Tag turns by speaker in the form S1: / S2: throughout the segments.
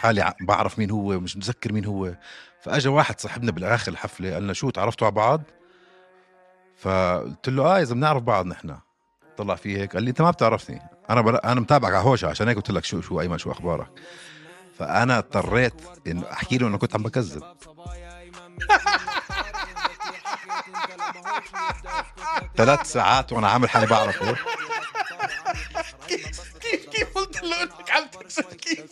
S1: حالي ع- بعرف مين هو مش متذكر مين هو فاجى واحد صاحبنا بالاخر الحفله قال لنا شو تعرفتوا على بعض فقلت له اه اذا بنعرف بعض نحن طلع فيه هيك قال لي انت ما بتعرفني انا بر... انا متابعك على هوشه عشان هيك قلت لك شو شو ايمن شو اخبارك فانا اضطريت انه احكي له انه كنت عم بكذب ثلاث ساعات وانا عامل حالي بعرفه
S2: كيف كيف- كيف قلت له انك عم تكسر كيف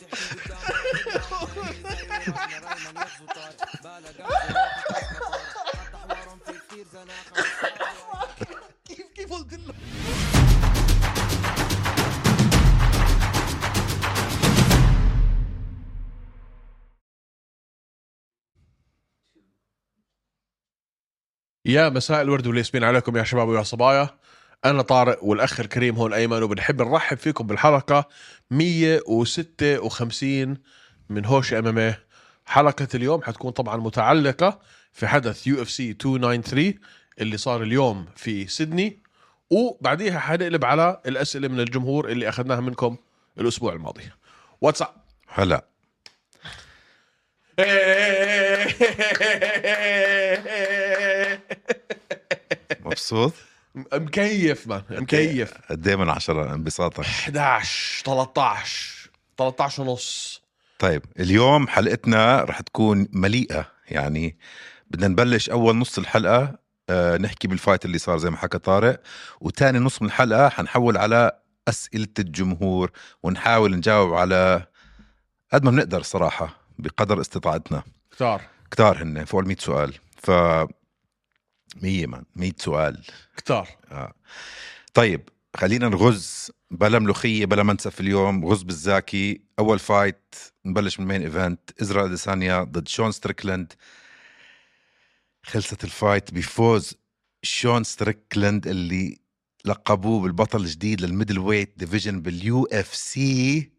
S2: كيف كيف قلت له
S3: يا مساء الورد والياسمين عليكم يا شباب ويا صبايا انا طارق والاخ الكريم هون ايمن وبنحب نرحب فيكم بالحلقه 156 من هوش ام ام حلقه اليوم حتكون طبعا متعلقه في حدث يو اف سي 293 اللي صار اليوم في سيدني وبعديها حنقلب على الاسئله من الجمهور اللي اخذناها منكم الاسبوع الماضي واتساب
S1: هلا مبسوط
S3: مكيف مان مكيف
S1: قد ايه من عشرة انبساطك
S3: 11 13 13 ونص
S1: طيب اليوم حلقتنا رح تكون مليئة يعني بدنا نبلش أول نص الحلقة آه، نحكي بالفايت اللي صار زي ما حكى طارق وتاني نص من الحلقة حنحول على أسئلة الجمهور ونحاول نجاوب على قد ما بنقدر صراحة بقدر استطاعتنا
S3: كتار
S1: كتار هن فوق ال 100 سؤال ف 100 من 100 سؤال
S3: كتار
S1: طيب خلينا نغز بلا ملوخيه بلا منسف اليوم غز بالزاكي اول فايت نبلش من المين ايفنت ازرا اديسانيا ضد شون ستريكلند خلصت الفايت بفوز شون ستريكلند اللي لقبوه بالبطل الجديد للميدل ويت ديفيجن باليو اف سي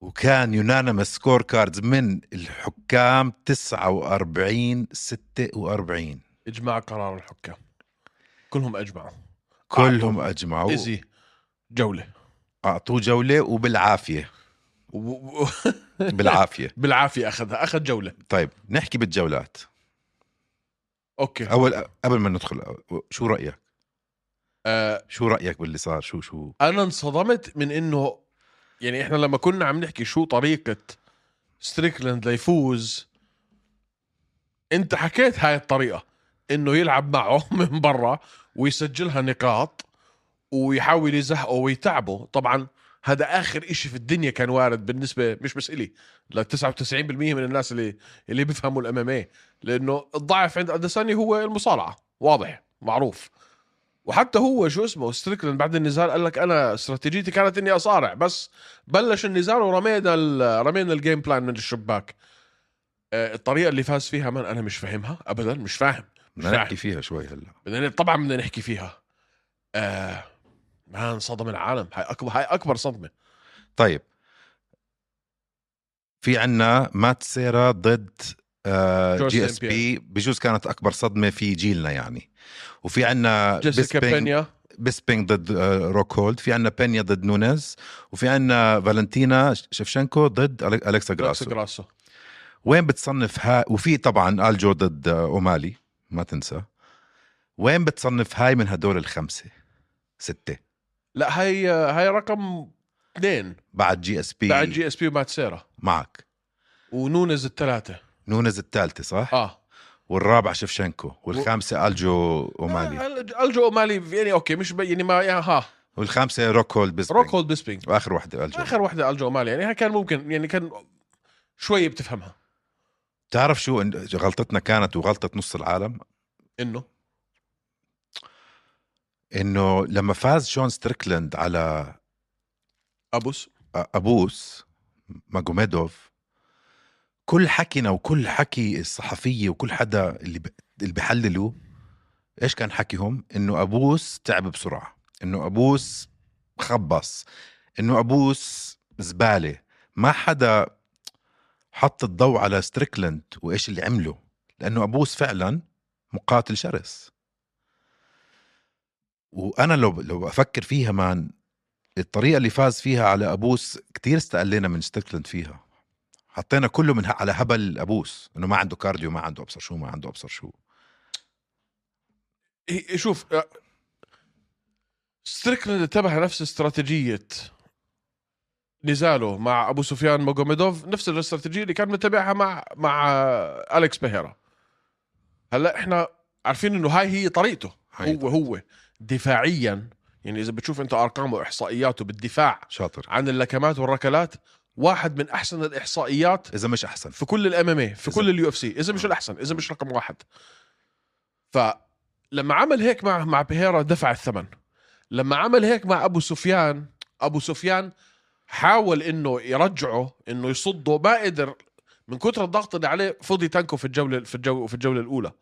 S1: وكان يونانيمس سكور كاردز من الحكام 49 46
S3: اجماع قرار الحكام كلهم اجمعوا
S1: كلهم
S3: أعطوا
S1: اجمعوا
S3: ايزي جوله
S1: اعطوه جوله وبالعافيه
S3: و- و-
S1: بالعافيه
S3: بالعافيه اخذها اخذ جوله
S1: طيب نحكي بالجولات
S3: اوكي
S1: اول قبل ما ندخل شو رايك
S3: آه
S1: شو رايك باللي صار شو شو
S3: انا انصدمت من انه يعني احنا لما كنا عم نحكي شو طريقه ستريكلاند ليفوز انت حكيت هاي الطريقه انه يلعب معه من برا ويسجلها نقاط ويحاول يزهقه ويتعبه طبعا هذا اخر إشي في الدنيا كان وارد بالنسبه مش بس الي ل 99% من الناس اللي اللي بيفهموا الام لانه الضعف عند اديساني هو المصارعه واضح معروف وحتى هو شو اسمه ستريكلين بعد النزال قال لك انا استراتيجيتي كانت اني اصارع بس بلش النزال ورمينا ال- رمينا الجيم بلان من الشباك آه، الطريقه اللي فاز فيها من انا مش فاهمها ابدا مش فاهم مش
S1: بدنا
S3: فاهم.
S1: نحكي فيها شوي هلا
S3: بدنا طبعا بدنا نحكي فيها آه ما انصدم العالم هاي اكبر هاي اكبر صدمه
S1: طيب في عنا مات سيرا ضد آه
S3: جورج
S1: جي
S3: سان
S1: اس بي بجوز كانت اكبر صدمه في جيلنا يعني وفي عنا
S3: جيسيكا
S1: بيسبينج-
S3: بينيا
S1: بيسبينج ضد آه، روك هولد في عنا بينيا ضد نونيز وفي عنا فالنتينا شفشنكو ضد ألي- الكسا جراسو
S3: جراسو جراسو
S1: وين بتصنف ها وفي طبعا الجو ضد اومالي ما تنسى وين بتصنف هاي من هدول الخمسه سته
S3: لا هاي هاي رقم اثنين
S1: بعد جي اس بي
S3: بعد جي اس بي ومات سيرا
S1: معك
S3: ونونز الثلاثه
S1: نونز الثالثه صح آه.
S3: اه
S1: والرابع شفشنكو والخامسه الجو اومالي
S3: آه، الجو مالي يعني اوكي مش بي- يعني ما يعني ها
S1: والخامسه روك هولد بيسبينج
S3: روك هولد بيسبينج
S1: واخر وحده الجو
S3: اخر واحده الجو مالي يعني هاي كان ممكن يعني كان شوي بتفهمها
S1: بتعرف شو إن- غلطتنا كانت وغلطه نص العالم
S3: انه
S1: انه لما فاز شون ستريكلند على
S3: ابوس
S1: ابوس ماجوميدوف كل حكينا وكل حكي الصحفيه وكل حدا اللي ب... اللي بحللوا ايش كان حكيهم انه ابوس تعب بسرعه انه ابوس خبص انه ابوس زباله ما حدا حط الضوء على ستريكلند وايش اللي عمله لانه ابوس فعلا مقاتل شرس وانا لو لو افكر فيها مان الطريقه اللي فاز فيها على ابوس كتير استقلينا من ستيكلاند فيها حطينا كله من ه- على هبل ابوس انه ما عنده كارديو ما عنده ابصر شو ما عنده ابصر شو
S3: هي- شوف آه، ستريكلاند اتبع نفس استراتيجية نزاله مع ابو سفيان موغوميدوف نفس الاستراتيجية اللي كان متبعها مع مع آه، اليكس بيهيرا هلا احنا عارفين انه هاي هي طريقته
S1: هاي
S3: هو هو دفاعيا يعني اذا بتشوف انت ارقامه واحصائياته بالدفاع
S1: شاطر
S3: عن اللكمات والركلات واحد من احسن الاحصائيات
S1: اذا مش احسن
S3: في كل الام في
S1: إذا- آه.
S3: كل اليو اف سي اذا مش الاحسن اذا مش رقم واحد فلما عمل هيك مع مع بيهيرا دفع الثمن لما عمل هيك مع ابو سفيان ابو سفيان حاول انه يرجعه انه يصده ما قدر من كثر الضغط اللي عليه فضي تانكو في الجوله في الجوله في الجوله الاولى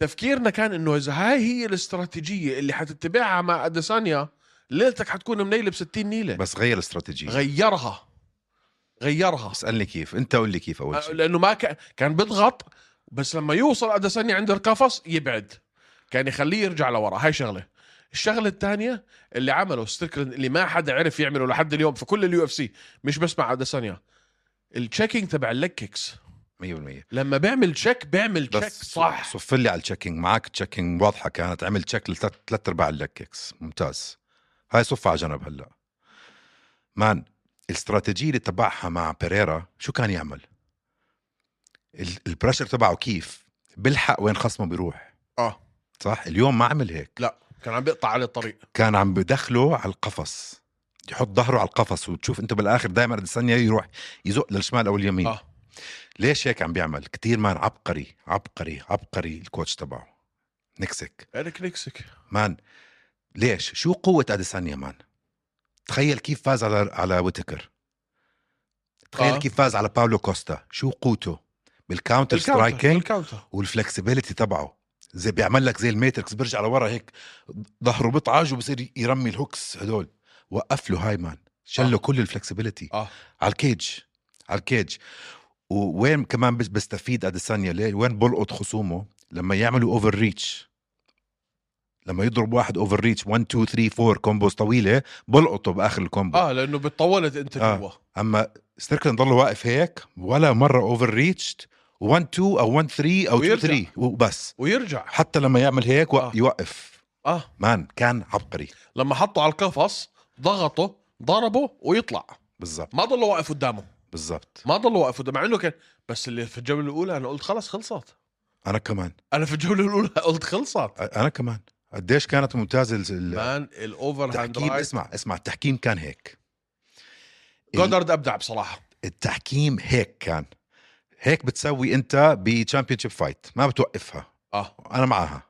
S3: تفكيرنا كان انه اذا هاي هي الاستراتيجيه اللي حتتبعها مع اديسانيا ليلتك حتكون منيله ب 60 نيله
S1: بس غير الاستراتيجيه
S3: غيرها غيرها
S1: اسالني كيف انت قول لي كيف اول شيء
S3: لانه آه، ما كان كان بيضغط بس لما يوصل اديسانيا عند القفص يبعد كان يخليه يرجع لورا هاي شغله الشغله الثانيه اللي عمله ستريكلاند اللي ما حدا عرف يعمله لحد اليوم في كل اليو اف سي مش بس مع اديسانيا التشيكينج تبع الليج كيكس
S1: 100%
S3: لما بيعمل تشيك بيعمل تشيك
S1: بس
S3: صح
S1: صف لي على التشيكينج معك تشيكينج واضحه كانت عمل تشيك لثلاث ارباع اللككس ممتاز هاي صفها على جنب هلا مان الاستراتيجيه اللي تبعها مع بيريرا شو كان يعمل؟ ال- البريشر تبعه كيف؟ بلحق وين خصمه بيروح
S3: اه
S1: صح؟ اليوم ما عمل هيك
S3: لا كان عم بيقطع على الطريق
S1: كان عم بدخله على القفص يحط ظهره على القفص وتشوف انت بالاخر دائما الثانيه يروح يزق للشمال او اليمين
S3: اه
S1: ليش هيك عم بيعمل كتير مان عبقري عبقري عبقري الكوتش تبعه نكسك
S3: اريك نيكسك
S1: مان ليش شو قوة أديسانيا مان تخيل كيف فاز على على ويتكر تخيل
S3: آه.
S1: آه. كيف فاز على باولو كوستا شو قوته بالكاونتر سترايكينج
S3: الكاونتر
S1: والفلكسبيليتي تبعه زي بيعمل لك زي الماتريكس بيرجع لورا هيك ظهره بطعج وبصير يرمي الهوكس هدول وقف له هاي مان شل له
S3: آه.
S1: كل الفلكسبيليتي
S3: اه
S1: على الكيج على الكيج ووين كمان بس- بستفيد اديسانيا ليه وين بلقط خصومه لما يعملوا اوفر ريتش لما يضرب واحد اوفر ريتش 1 2 3 4 كومبوز طويله بلقطه باخر الكومبو آه.
S3: اه لانه بتطولت انت
S1: آه.
S3: جوا
S1: اما ستيركلاند ضل واقف هيك ولا مره اوفر ريتش 1 2 او 1 3 او 2
S3: ويرجع.
S1: 3 وبس
S3: ويرجع
S1: حتى لما يعمل هيك
S3: آه.
S1: آه. يوقف
S3: اه
S1: مان كان عبقري
S3: لما حطه على القفص ضغطه ضربه ويطلع
S1: بالضبط
S3: ما ضل واقف قدامه
S1: بالضبط
S3: ما ضل واقف قدامه مع انه كان بس اللي في الجوله الاولى انا قلت خلص خلصت
S1: انا كمان
S3: انا في الجوله الاولى قلت خلصت
S1: انا كمان قديش كانت ممتازه ال- ال-
S3: مان الاوفر هاند
S1: التحكيم
S3: رايت
S1: اسمع اسمع التحكيم كان هيك
S3: جودارد ابدع بصراحه
S1: التحكيم هيك كان هيك بتسوي انت بشامبيونشيب فايت ما بتوقفها
S3: اه
S1: انا معاها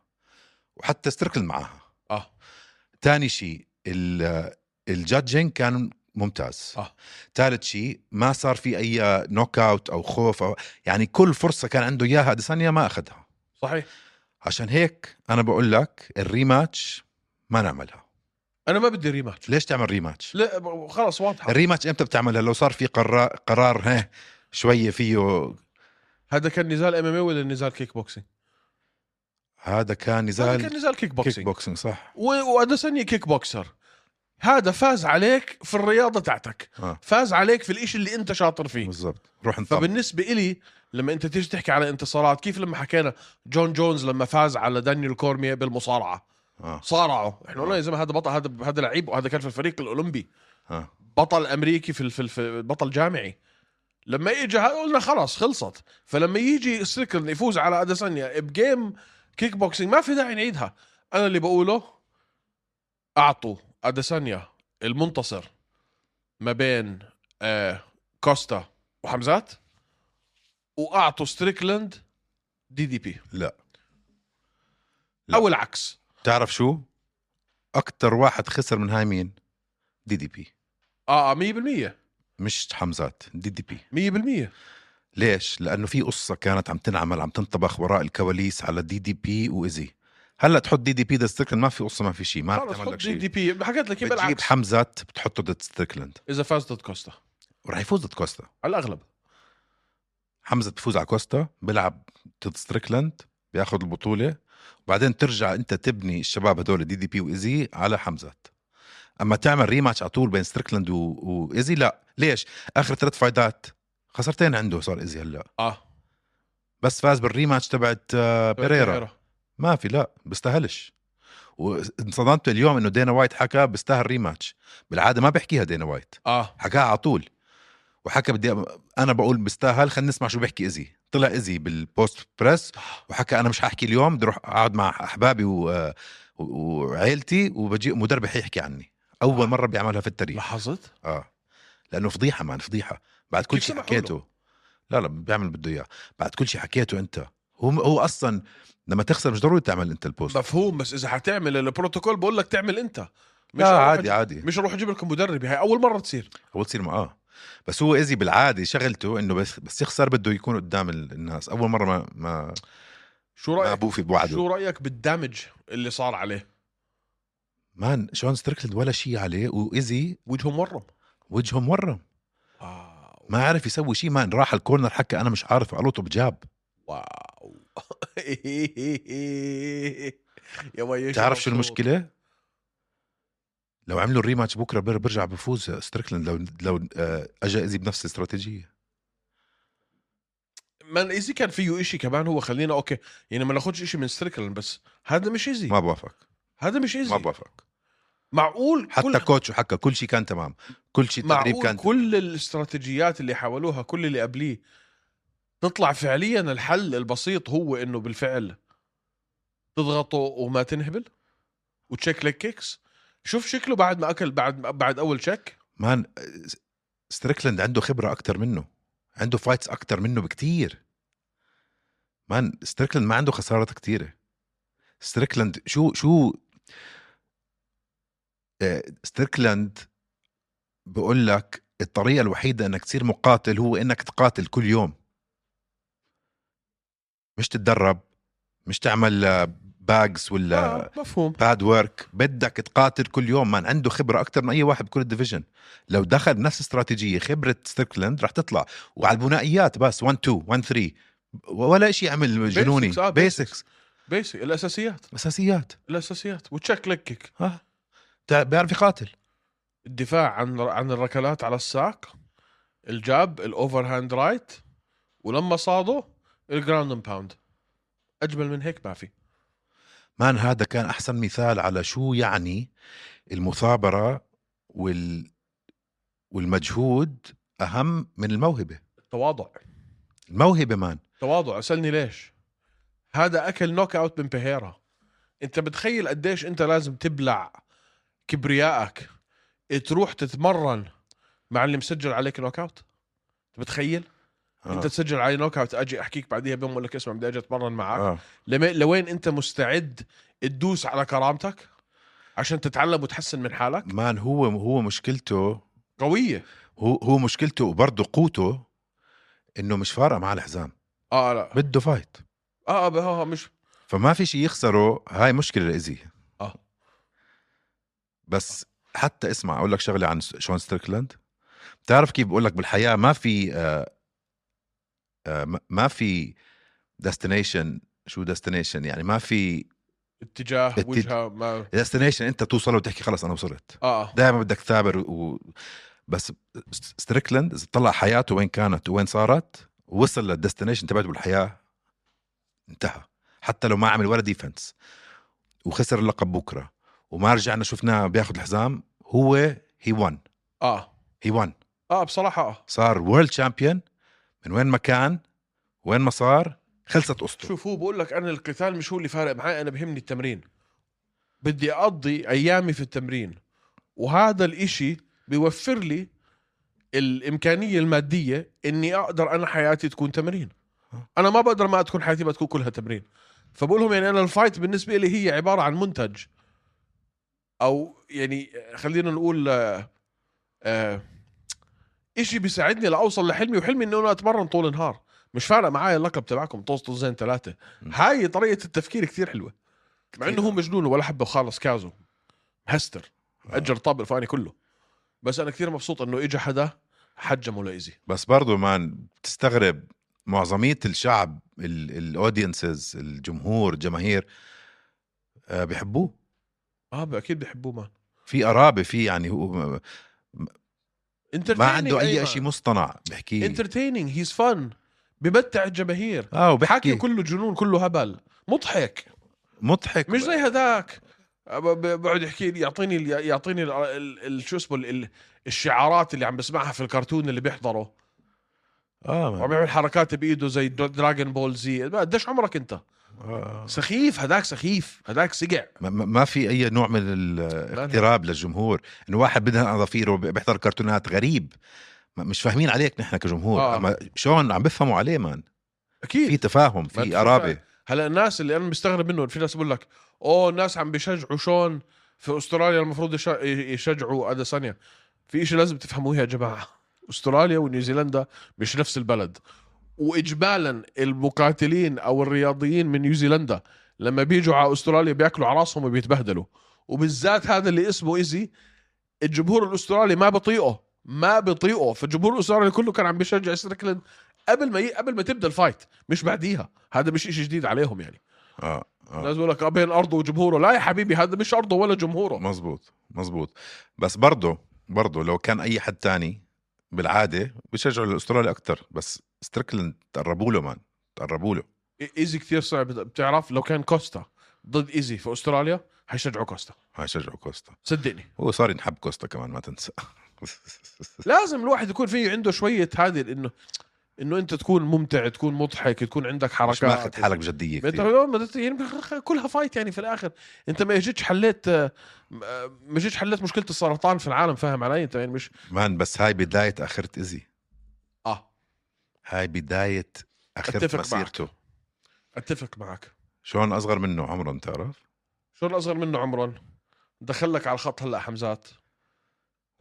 S1: وحتى ستركل معاها
S3: اه
S1: تاني شيء ال- الجادجينج كان ممتاز
S3: آه.
S1: ثالث شيء ما صار في اي نوك اوت او خوف أو يعني كل فرصه كان عنده اياها اديسانيا ما اخذها
S3: صحيح
S1: عشان هيك انا بقول لك الريماتش ما نعملها
S3: انا ما بدي ريماتش
S1: ليش تعمل ريماتش
S3: لا ب- خلص واضحه
S1: الريماتش امتى بتعملها لو صار في قرار قرار ها شويه فيه
S3: هذا كان نزال ام ام اي ولا نزال كيك بوكسينج
S1: هذا كان
S3: هذا
S1: نزال
S3: كان نزال كيك
S1: كيك
S3: بوكسينج
S1: بوكسينج صح
S3: و- واديسانيا كيك بوكسر هذا فاز عليك في الرياضه تاعتك
S1: آه.
S3: فاز عليك في الإشي اللي انت شاطر فيه
S1: بالضبط روح نطلع
S3: فبالنسبة إلي لما أنت تيجي تحكي على انتصارات كيف لما حكينا جون جونز لما فاز على دانيال كورميا بالمصارعة
S1: آه.
S3: صارعه احنا قلنا يا زلمة هذا بطل هذا هذا لعيب وهذا كان في الفريق الأولمبي
S1: آه.
S3: بطل أمريكي في ال- في ال- في- بطل جامعي لما يجي هذا قلنا خلاص خلصت فلما يجي ستريكلاند يفوز على أديسانيا بجيم كيك بوكسينج ما في داعي نعيدها أنا اللي بقوله أعطوا أديسانيا المنتصر ما بين آه كوستا وحمزات واعطوا ستريكلاند دي دي بي
S1: لا لا.
S3: او العكس
S1: تعرف شو اكثر واحد خسر من هاي مين دي دي بي
S3: اه آه، 100%
S1: مش حمزات دي دي بي
S3: 100%
S1: ليش لانه في قصه كانت عم تنعمل عم تنطبخ وراء الكواليس على دي دي بي وايزي هلا تحط دي دي بي ضد ستريكلاند ما في قصه ما في شيء ما رح
S3: خلص
S1: تعمل
S3: حط
S1: لك
S3: دي
S1: شيء
S3: دي بي حكيت لك إياه
S1: بتجيب
S3: بالعكس
S1: حمزات بتحطه ضد ستريكلاند
S3: اذا فاز ضد كوستا
S1: ورح يفوز ضد كوستا
S3: على الاغلب
S1: حمزه بفوز على كوستا بيلعب ضد ستريكلاند بياخذ البطوله وبعدين ترجع انت تبني الشباب هدول دي دي بي وايزي على حمزات اما تعمل ريماتش على طول بين ستريكلاند و... وايزي لا ليش اخر ثلاث فايدات خسرتين عنده صار ايزي هلا
S3: اه
S1: بس فاز بالريماتش تبعت آه، بيريرا
S3: بيريرا.
S1: ما في لا بيستاهلش وانصدمت اليوم انه دينا وايت حكى بيستاهل ريماتش بالعاده ما بحكيها دينا وايت
S3: اه
S1: حكاها على طول وحكى بدي أ- انا بقول بستاهل خلينا نسمع شو بيحكي ايزي طلع ايزي بالبوست بريس وحكى انا مش حاحكي اليوم بدي اروح اقعد مع احبابي و... و- وعيلتي وبجي مدرب حيحكي عني اول مره بيعملها في التاريخ
S3: لاحظت
S1: اه لانه فضيحه مان فضيحه بعد كل
S3: كيف
S1: شيء
S3: سمحوا
S1: حكيته لا لا بيعمل بده اياه بعد كل شيء حكيته انت هو هو اصلا لما تخسر مش ضروري تعمل انت البوست
S3: مفهوم بس اذا حتعمل البروتوكول بقول لك تعمل انت مش
S1: لا
S3: أروح
S1: عادي
S3: أجيب-
S1: عادي
S3: مش اروح اجيب لكم مدرب هاي اول مره تصير
S1: هو تصير معاه بس هو ايزي بالعاده شغلته انه بس بس يخسر بده يكون قدام ال- الناس اول مره ما ما
S3: شو
S1: ما
S3: رايك
S1: بوفي بوعده
S3: شو رايك بالدمج اللي صار عليه
S1: مان شون ستريكلد ولا شيء عليه وايزي
S3: وجهه مورم
S1: وجهه مورم
S3: واو
S1: ما عرف يسوي شيء مان راح الكورنر حكى انا مش عارف قلطه بجاب
S3: واو يا ويش
S1: بتعرف شو المشكله لو عملوا الريماتش بكره بر- برجع بفوز ستريكلند لو لو آه، اجى ايزي بنفس الاستراتيجيه
S3: من ايزي كان فيه إشي كمان هو خلينا اوكي يعني ما ناخدش إشي من ستريكلاند بس هذا مش ايزي
S1: ما بوافق
S3: هذا مش
S1: ما
S3: ايزي
S1: بوافق
S3: معقول
S1: حتى
S3: كل
S1: كوتش وحكى كل شيء كان تمام كل شيء التدريب
S3: معقول
S1: كان
S3: كل الاستراتيجيات اللي حاولوها كل اللي قبليه تطلع فعليا الحل البسيط هو انه بالفعل تضغطه وما تنهبل وتشيك لك كيكس شوف شكله بعد ما اكل بعد بعد اول تشيك
S1: مان آه، ستريكلند عنده خبره اكثر منه عنده فايتس اكثر منه بكتير مان ستريكلند ما عنده خسارات كتيره ستريكلند شو شو آه، ستريكلند بقول لك الطريقه الوحيده انك تصير مقاتل هو انك تقاتل كل يوم مش تتدرب مش تعمل باجز ولا
S3: آه مفهوم
S1: باد ورك بدك تقاتل كل يوم مان عنده خبره اكثر من اي واحد بكل الديفيجن لو دخل نفس استراتيجيه خبره ستريكلاند رح تطلع وعلى البنائيات بس 1 2 1 3 ولا شيء عمل جنوني
S3: Basics، آه،
S1: بيسكس
S3: بيسك الاساسيات
S1: اساسيات
S3: الاساسيات وتشيك لك كيك
S1: ها بتع- بيعرف يقاتل
S3: الدفاع عن عن الركلات على الساق الجاب الاوفر هاند رايت ولما صاده الجراوند اند باوند اجمل من هيك ما في
S1: مان هذا كان احسن مثال على شو يعني المثابره وال والمجهود اهم من الموهبه
S3: تواضع
S1: الموهبه مان
S3: تواضع اسالني ليش هذا اكل نوك اوت من بيهيرا انت بتخيل قديش انت لازم تبلع كبريائك تروح تتمرن مع اللي مسجل عليك نوك اوت بتخيل
S1: آه.
S3: انت تسجل علي نوك اوت اجي احكيك بعديها بيوم اقول لك اسمع بدي اجي اتمرن معك
S1: آه.
S3: لما- لوين انت مستعد تدوس على كرامتك عشان تتعلم وتحسن من حالك
S1: مان هو هو مشكلته
S3: قويه
S1: هو هو مشكلته وبرضه قوته انه مش فارقه مع الحزام
S3: اه لا
S1: بده فايت
S3: اه اه, آه, آه مش
S1: فما في شيء يخسره هاي مشكله لإزي
S3: اه
S1: بس حتى اسمع اقول لك شغله عن شون ستريكلاند بتعرف كيف بقول لك بالحياه ما في آه آه ما- ما في ديستنيشن شو ديستنيشن يعني ما في
S3: اتجاه
S1: التج-
S3: وجهه ما
S1: ديستنيشن انت توصل وتحكي خلص انا وصلت
S3: اه
S1: دائما بدك تثابر و... بس ستريكلاند اذا طلع حياته وين كانت وين صارت وصل للديستنيشن تبعته بالحياه انتهى حتى لو ما عمل ولا ديفنس وخسر اللقب بكره وما رجعنا شفناه بياخذ الحزام هو هي وان
S3: اه
S1: هي وان
S3: اه بصراحه اه
S1: صار وورلد شامبيون من وين ما كان وين ما صار خلصت قصته
S3: شوف هو بقول لك انا القتال مش هو اللي فارق معي انا بهمني التمرين بدي اقضي ايامي في التمرين وهذا الاشي بيوفر لي الامكانيه الماديه اني اقدر انا حياتي تكون تمرين انا ما بقدر ما تكون حياتي ما تكون كلها تمرين فبقول لهم يعني انا الفايت بالنسبه لي هي عباره عن منتج او يعني خلينا نقول آه، آه، اشي بيساعدني لاوصل لحلمي وحلمي انه انا اتمرن طول النهار مش فارق معايا اللقب تبعكم طوز طوزين ثلاثه
S1: م.
S3: هاي طريقه التفكير كثير حلوه مع انه
S1: كتير.
S3: هو مجنون ولا حبه خالص كازو هستر
S1: آه.
S3: اجر طابل فاني كله بس انا كثير مبسوط انه اجى حدا حجمه لايزي
S1: بس برضو مان بتستغرب معظمية الشعب الاودينسز الجمهور الجماهير آه، بيحبوه
S3: اه اكيد بيحبوه مان
S1: في قرابه في يعني هو ما عنده
S3: أيوة.
S1: اي شيء مصطنع بحكي
S3: انترتيننج هيز فن بمتع الجماهير
S1: اه
S3: حكي
S1: وبحكي
S3: كله جنون كله هبل مضحك
S1: مضحك
S3: مش زي هذاك ب- ب- بقعد يحكي لي يعطيني ال- يعطيني ال- ال- ال- شو اسمه ال- ال- الشعارات اللي عم بسمعها في الكرتون اللي بيحضره
S1: اه
S3: وعم يعمل حركات بايده زي در- دراجون بول زي قديش عمرك انت
S1: آه.
S3: سخيف هذاك سخيف هذاك سقع
S1: ما- ما ما في اي نوع من الاقتراب للجمهور انه واحد بدها اظافيره ب- بيحضر كرتونات غريب ما- مش فاهمين عليك نحن كجمهور
S3: آه.
S1: آه. اما شلون عم بفهموا عليه مان في
S3: اكيد
S1: تفاهم
S3: ما
S1: في
S3: في
S1: قرابه
S3: هلا الناس اللي انا مستغرب منهم في ناس بقول لك اوه الناس عم بيشجعوا شون في استراليا المفروض يش- يشجعوا اديسانيا في شيء لازم تفهموه يا جماعه استراليا ونيوزيلندا مش نفس البلد واجمالا المقاتلين او الرياضيين من نيوزيلندا لما بيجوا على استراليا بياكلوا على راسهم وبيتبهدلوا وبالذات هذا اللي اسمه ايزي الجمهور الاسترالي ما بطيئه ما بطيئه فالجمهور الاسترالي كله كان عم بيشجع ستريكلند قبل ما ي... قبل ما تبدا الفايت مش بعديها هذا مش شيء جديد عليهم يعني
S1: اه
S3: الناس بيقول لك آه، بين ارضه وجمهوره لا يا حبيبي هذا مش ارضه ولا جمهوره
S1: مزبوط مزبوط بس برضه برضه لو كان اي حد تاني بالعاده بيشجعوا الاسترالي اكثر بس ستريكلند تقربوا له مان تقربوا له
S3: إي- ايزي كثير صعب بتعرف لو كان كوستا ضد ايزي في استراليا حيشجعوا كوستا
S1: هاي شجعوا كوستا
S3: صدقني
S1: هو صار ينحب كوستا كمان ما تنسى
S3: لازم الواحد يكون فيه عنده شويه هذه انه انه انت تكون ممتع تكون مضحك تكون عندك حركات
S1: مش ماخذ حالك بجديه
S3: ما انت
S1: كثير
S3: اليوم بدك- يعني كلها فايت يعني في الاخر انت ما اجيتش حليت آه، آه، ما اجيتش حليت مشكله السرطان في العالم فاهم علي انت يعني مش
S1: مان بس هاي بدايه اخره ايزي
S3: اه
S1: هاي بدايه
S3: أتفق
S1: اخره
S3: معك.
S1: مسيرته
S3: اتفق معك
S1: شلون اصغر منه عمرا بتعرف
S3: شو الاصغر منه عمرا دخلك على الخط هلا حمزات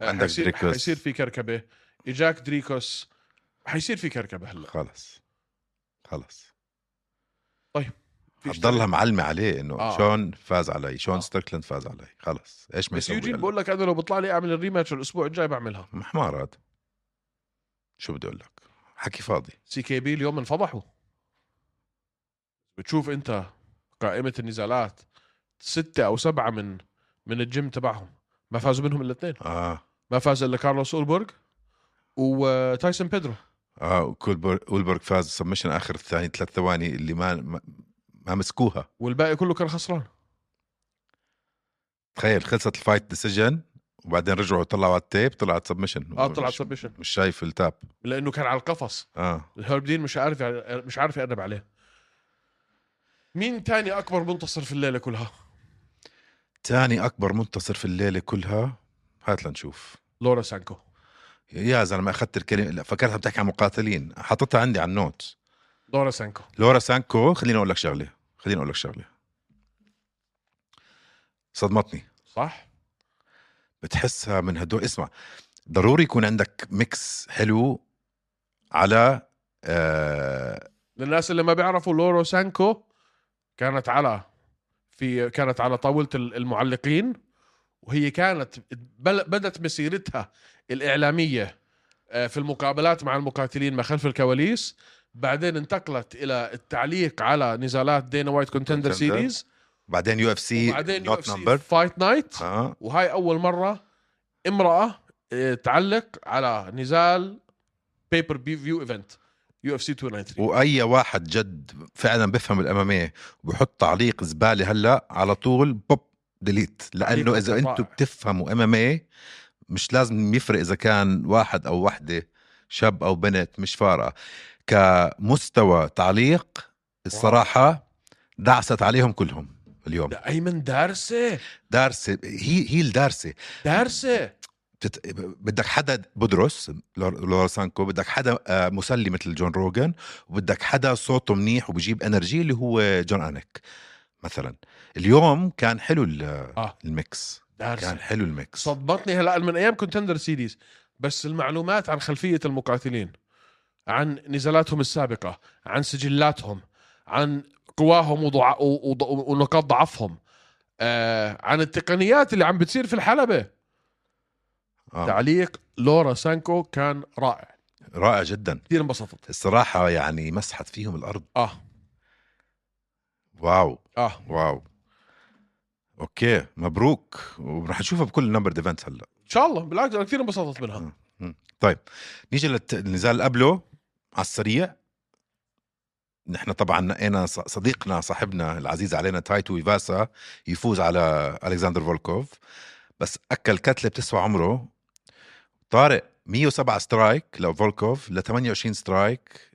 S3: أه،
S1: عندك
S3: حيصير-
S1: دريكوس.
S3: حيصير في كركبه اجاك دريكوس حيصير في كركبه هلا
S1: خلص خلص
S3: فيش
S1: حتضلها معلمه عليه انه
S3: آه.
S1: آه. شلون فاز علي شلون
S3: آه.
S1: آه. ستريكلند فاز علي خلص ايش ما
S3: بس
S1: يسوي
S3: يوجين
S1: هلا؟
S3: بقول لك انا لو بطلع لي اعمل الريماتش الاسبوع الجاي بعملها
S1: ما حمار هذا شو بدي اقول لك حكي فاضي
S3: سي كي بي اليوم انفضحوا بتشوف انت قائمه النزالات سته او سبعه من من الجيم تبعهم ما فازوا منهم الاثنين
S1: اه
S3: ما فاز الا كارلوس اولبرغ وتايسون بيدرو
S1: اه وكولبر- اولبرغ فاز سبمشن اخر الثاني ثلاث ثواني اللي ما ما, ما مسكوها
S3: والباقي كله كان خسران
S1: تخيل خلصت الفايت ديسيجن وبعدين رجعوا طلعوا على التيب طلعت سبمشن
S3: اه طلعت
S1: مش-
S3: سبشن
S1: مش شايف التاب
S3: لانه كان على القفص
S1: اه
S3: الهيرب دين مش عارف مش عارف يقرب عليه مين تاني اكبر منتصر في الليله كلها
S1: تاني اكبر منتصر في الليله كلها هات لنشوف
S3: لورا سانكو
S1: يا زلمه اخذت الكلمه لا فكرتها بتحكي عن مقاتلين حطيتها عندي على النوت
S3: لورا سانكو
S1: لورا سانكو خليني اقول لك شغله خليني اقول لك شغله صدمتني
S3: صح
S1: بتحسها من هدول اسمع ضروري يكون عندك ميكس حلو على آه
S3: للناس اللي ما بيعرفوا لورا سانكو كانت على في كانت على طاوله ال- المعلقين وهي كانت بل- بدت مسيرتها الاعلاميه آه، في المقابلات مع المقاتلين ما خلف الكواليس بعدين انتقلت الى التعليق على نزالات دينا وايت كونتندر
S1: Contender.
S3: سيريز
S1: بعدين يو اف سي
S3: وبعدين يو
S1: نوت
S3: اف سي
S1: نمبر
S3: فايت نايت
S1: اه
S3: وهاي اول مره امراه آه، تعلق على نزال بيبر بي فيو ايفنت يو اف سي 293
S1: واي واحد جد فعلا بفهم الاماميه وبحط تعليق زباله هلا على طول بوب ديليت لانه اذا
S3: تعليق
S1: انتم
S3: رائع.
S1: بتفهموا اماميه مش لازم يفرق اذا كان واحد او وحده شاب او بنت مش فارقه كمستوى تعليق الصراحه دعست عليهم كلهم اليوم
S3: لا، ايمن دارسه
S1: دارسه هي هي الدارسه
S3: دارسه
S1: بتت... بدك حدا بدرس لور- لورسانكو بدك حدا آه، مسلي مثل جون روجن وبدك حدا صوته منيح وبجيب انرجي اللي هو جون انك مثلا اليوم كان حلو ال-
S3: آه.
S1: الميكس كان
S3: دارسه
S1: حلو الميكس
S3: صدمتني هلا من ايام كونتندر سيريز بس المعلومات عن خلفيه المقاتلين عن نزالاتهم السابقه عن سجلاتهم عن قواهم وضع... و... و... ونقاط ضعفهم آه... عن التقنيات اللي عم بتصير في الحلبه
S1: آه.
S3: تعليق لورا سانكو كان رائع
S1: رائع جدا
S3: كثير انبسطت آه.
S1: الصراحه يعني مسحت فيهم الارض
S3: اه
S1: واو
S3: اه
S1: واو اوكي مبروك ورح نشوفها بكل نمبر ايفنتس هلا
S3: ان شاء الله بالعكس انا كثير انبسطت منها
S1: نيجي للنزال اللي قبله على السريع نحن طبعا نقينا ص- صديقنا صاحبنا العزيز علينا تايتو ايفاسا يفوز على الكسندر فولكوف بس اكل كتله بتسوى عمره طارق 107 سترايك لفولكوف ل 28 سترايك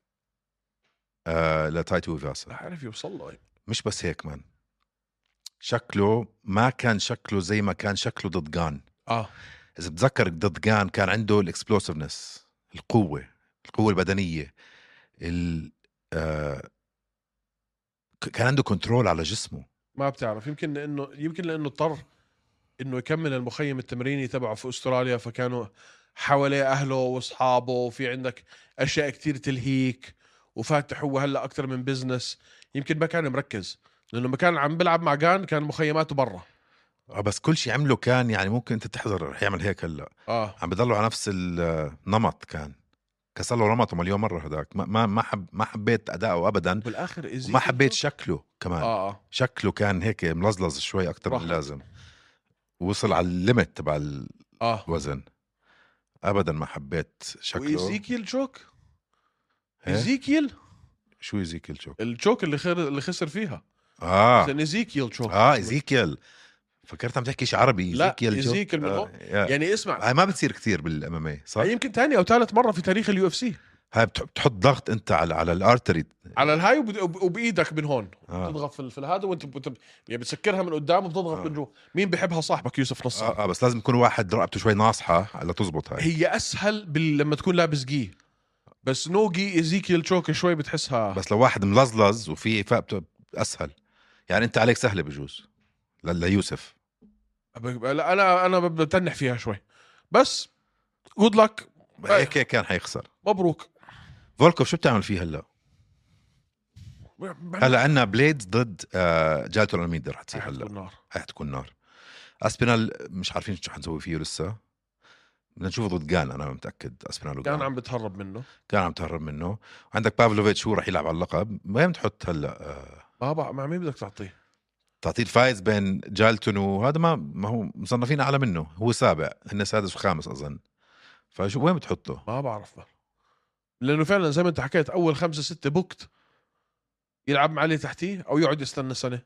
S1: آه لتايتو ايفاسا
S3: رح عارف يوصل له
S1: مش بس هيك مان شكله ما كان شكله زي ما كان شكله ضد جان
S3: اه
S1: اذا بتذكر ضد جان كان عنده الاكسبلوسيفنس القوه القوه البدنيه ال آه ك- كان عنده كنترول على جسمه
S3: ما بتعرف يمكن لانه يمكن لانه اضطر انه يكمل المخيم التمريني تبعه في استراليا فكانوا حواليه اهله واصحابه وفي عندك اشياء كتير تلهيك وفاتح هو هلا اكثر من بزنس يمكن ما كان مركز لانه ما كان عم بيلعب مع جان كان مخيماته برا
S1: آه، بس كل شيء عمله كان يعني ممكن انت تحضر رح يعمل هيك هلا
S3: اه
S1: عم بضلوا على نفس النمط كان كسر له نمطه مليون مره هداك ما ما ما, حب ما حبيت اداؤه ابدا
S3: بالاخر ازي
S1: وما حبيت شكله كمان
S3: اه اه
S1: شكله كان هيك ملزلز شوي اكثر من
S3: راح.
S1: اللازم وصل على الليمت تبع
S3: اه
S1: الوزن ابدا ما حبيت شكله
S3: وايزيكيل تشوك
S1: إيه؟
S3: ايزيكيل
S1: شو ايزيكيل تشوك
S3: التشوك اللي خير اللي خسر فيها
S1: اه
S3: عشان ايزيكيل تشوك
S1: اه ايزيكيل فكرت عم تحكي شيء عربي
S3: لا،
S1: إيزيكيل تشوك.
S3: إيزيكيل من هون.
S1: آه. يا. أيوة.
S3: يعني اسمع
S1: هاي ما بتصير كثير بالام صح؟
S3: هي يمكن ثاني او ثالث مره في تاريخ اليو اف سي
S1: هاي بتح- بتحط ضغط انت على على الارتري
S3: على الهاي وب- وب- وبايدك من هون
S1: آه.
S3: بتضغط في, في الهذا وانت بت... يعني بتسكرها من قدام وبتضغط
S1: آه.
S3: من جوا مين بحبها صاحبك يوسف نصر
S1: آه, اه بس لازم يكون واحد رقبته شوي ناصحه لتزبط هاي
S3: هي اسهل بال... لما تكون لابس جي بس نوجي ازيكيل تشوك شوي بتحسها
S1: بس لو واحد ملزلز وفي فاقته اسهل يعني انت عليك سهله بجوز ل- ليوسف
S3: ب- لا انا انا بتنح فيها شوي بس جود لك
S1: هيك هيك كان حيخسر
S3: مبروك
S1: فولكوف شو بتعمل فيه هلا؟ هلا عندنا بليدز ضد آه جالتو الالميدا رح تصير هلا
S3: النار
S1: رح تكون نار اسبينال مش عارفين شو حنسوي فيه لسه بدنا نشوفه ضد جان انا متاكد اسبينال
S3: كان
S1: وجان
S3: عم بتهرب منه
S1: كان عم تهرب منه عندك بافلوفيتش هو رح يلعب على اللقب وين تحط هلا آه،
S3: بابا مع مين بدك تعطيه
S1: تعطيه الفايز بين جالتون وهذا ما ما هو مصنفين اعلى منه هو سابع هن سادس وخامس اظن فشو وين بتحطه؟
S3: ما بعرف بقى. لانه فعلا زي ما انت حكيت اول خمسه سته بوكت يلعب مع اللي تحتيه او يقعد يستنى سنه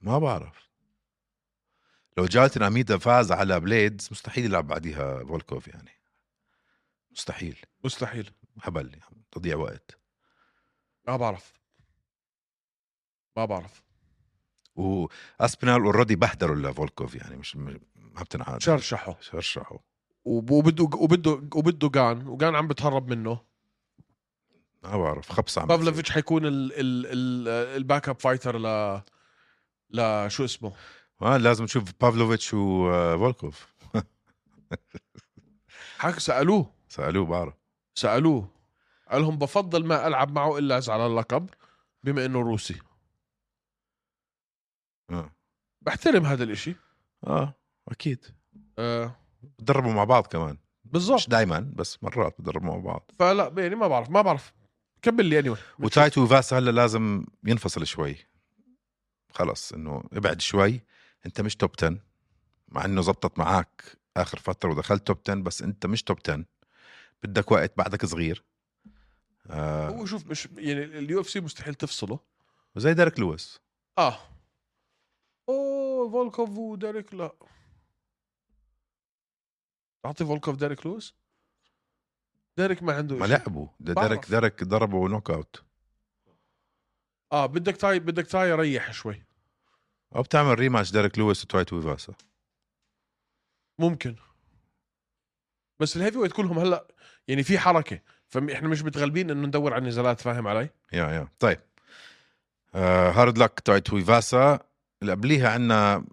S1: ما بعرف لو جالتن اميدا فاز على بليدز مستحيل يلعب بعديها فولكوف يعني مستحيل
S3: مستحيل
S1: هبل يعني تضيع وقت
S3: ما بعرف ما بعرف
S1: واسبينال اوريدي بهدلوا لفولكوف يعني مش م- ما بتنعاد
S3: شرشحه
S1: شرشحوا
S3: وب- وبده وبده وبده جان وجان عم بتهرب منه
S1: ما بعرف خبصه عم بتصير.
S3: بافلوفيتش حيكون ال ال ال الباك اب فايتر ل ل شو اسمه
S1: آه لازم تشوف آه، بافلوفيتش وفولكوف
S3: حكى سالوه
S1: سالوه بعرف
S3: سالوه قال لهم بفضل ما العب معه الا اذا على اللقب بما انه روسي
S1: اه
S3: بحترم هذا الاشي
S1: اه اكيد
S3: آه
S1: بتدربوا مع بعض كمان
S3: بالضبط
S1: مش دائما بس مرات بتدربوا مع بعض
S3: فلا يعني ما بعرف ما بعرف كمل لي اني
S1: وتايتو وفاسا هلا لازم ينفصل شوي خلص انه ابعد شوي انت مش توب 10 مع انه زبطت معك اخر فتره ودخلت توب 10 بس انت مش توب 10 بدك وقت بعدك صغير آه
S3: هو شوف مش يعني اليو اف سي مستحيل تفصله
S1: وزي ديريك لويس
S3: اه اوه فولكوف وديريك لا اعطي فولكوف ديريك لوز ديريك ما عنده
S1: ما
S3: إشي.
S1: لعبوا ده ديريك
S3: بعرف.
S1: ديريك ضربه نوك اوت
S3: اه بدك تاي بدك تاي يريح شوي
S1: او بتعمل ريماتش ديريك لويس وتوايت ويفاسا
S3: ممكن بس الهيفي ويت كلهم هلا يعني في حركه فاحنا مش متغلبين انه ندور على نزالات فاهم علي؟
S1: يا يا طيب هارد لك توايت ويفاسا اللي قبليها عندنا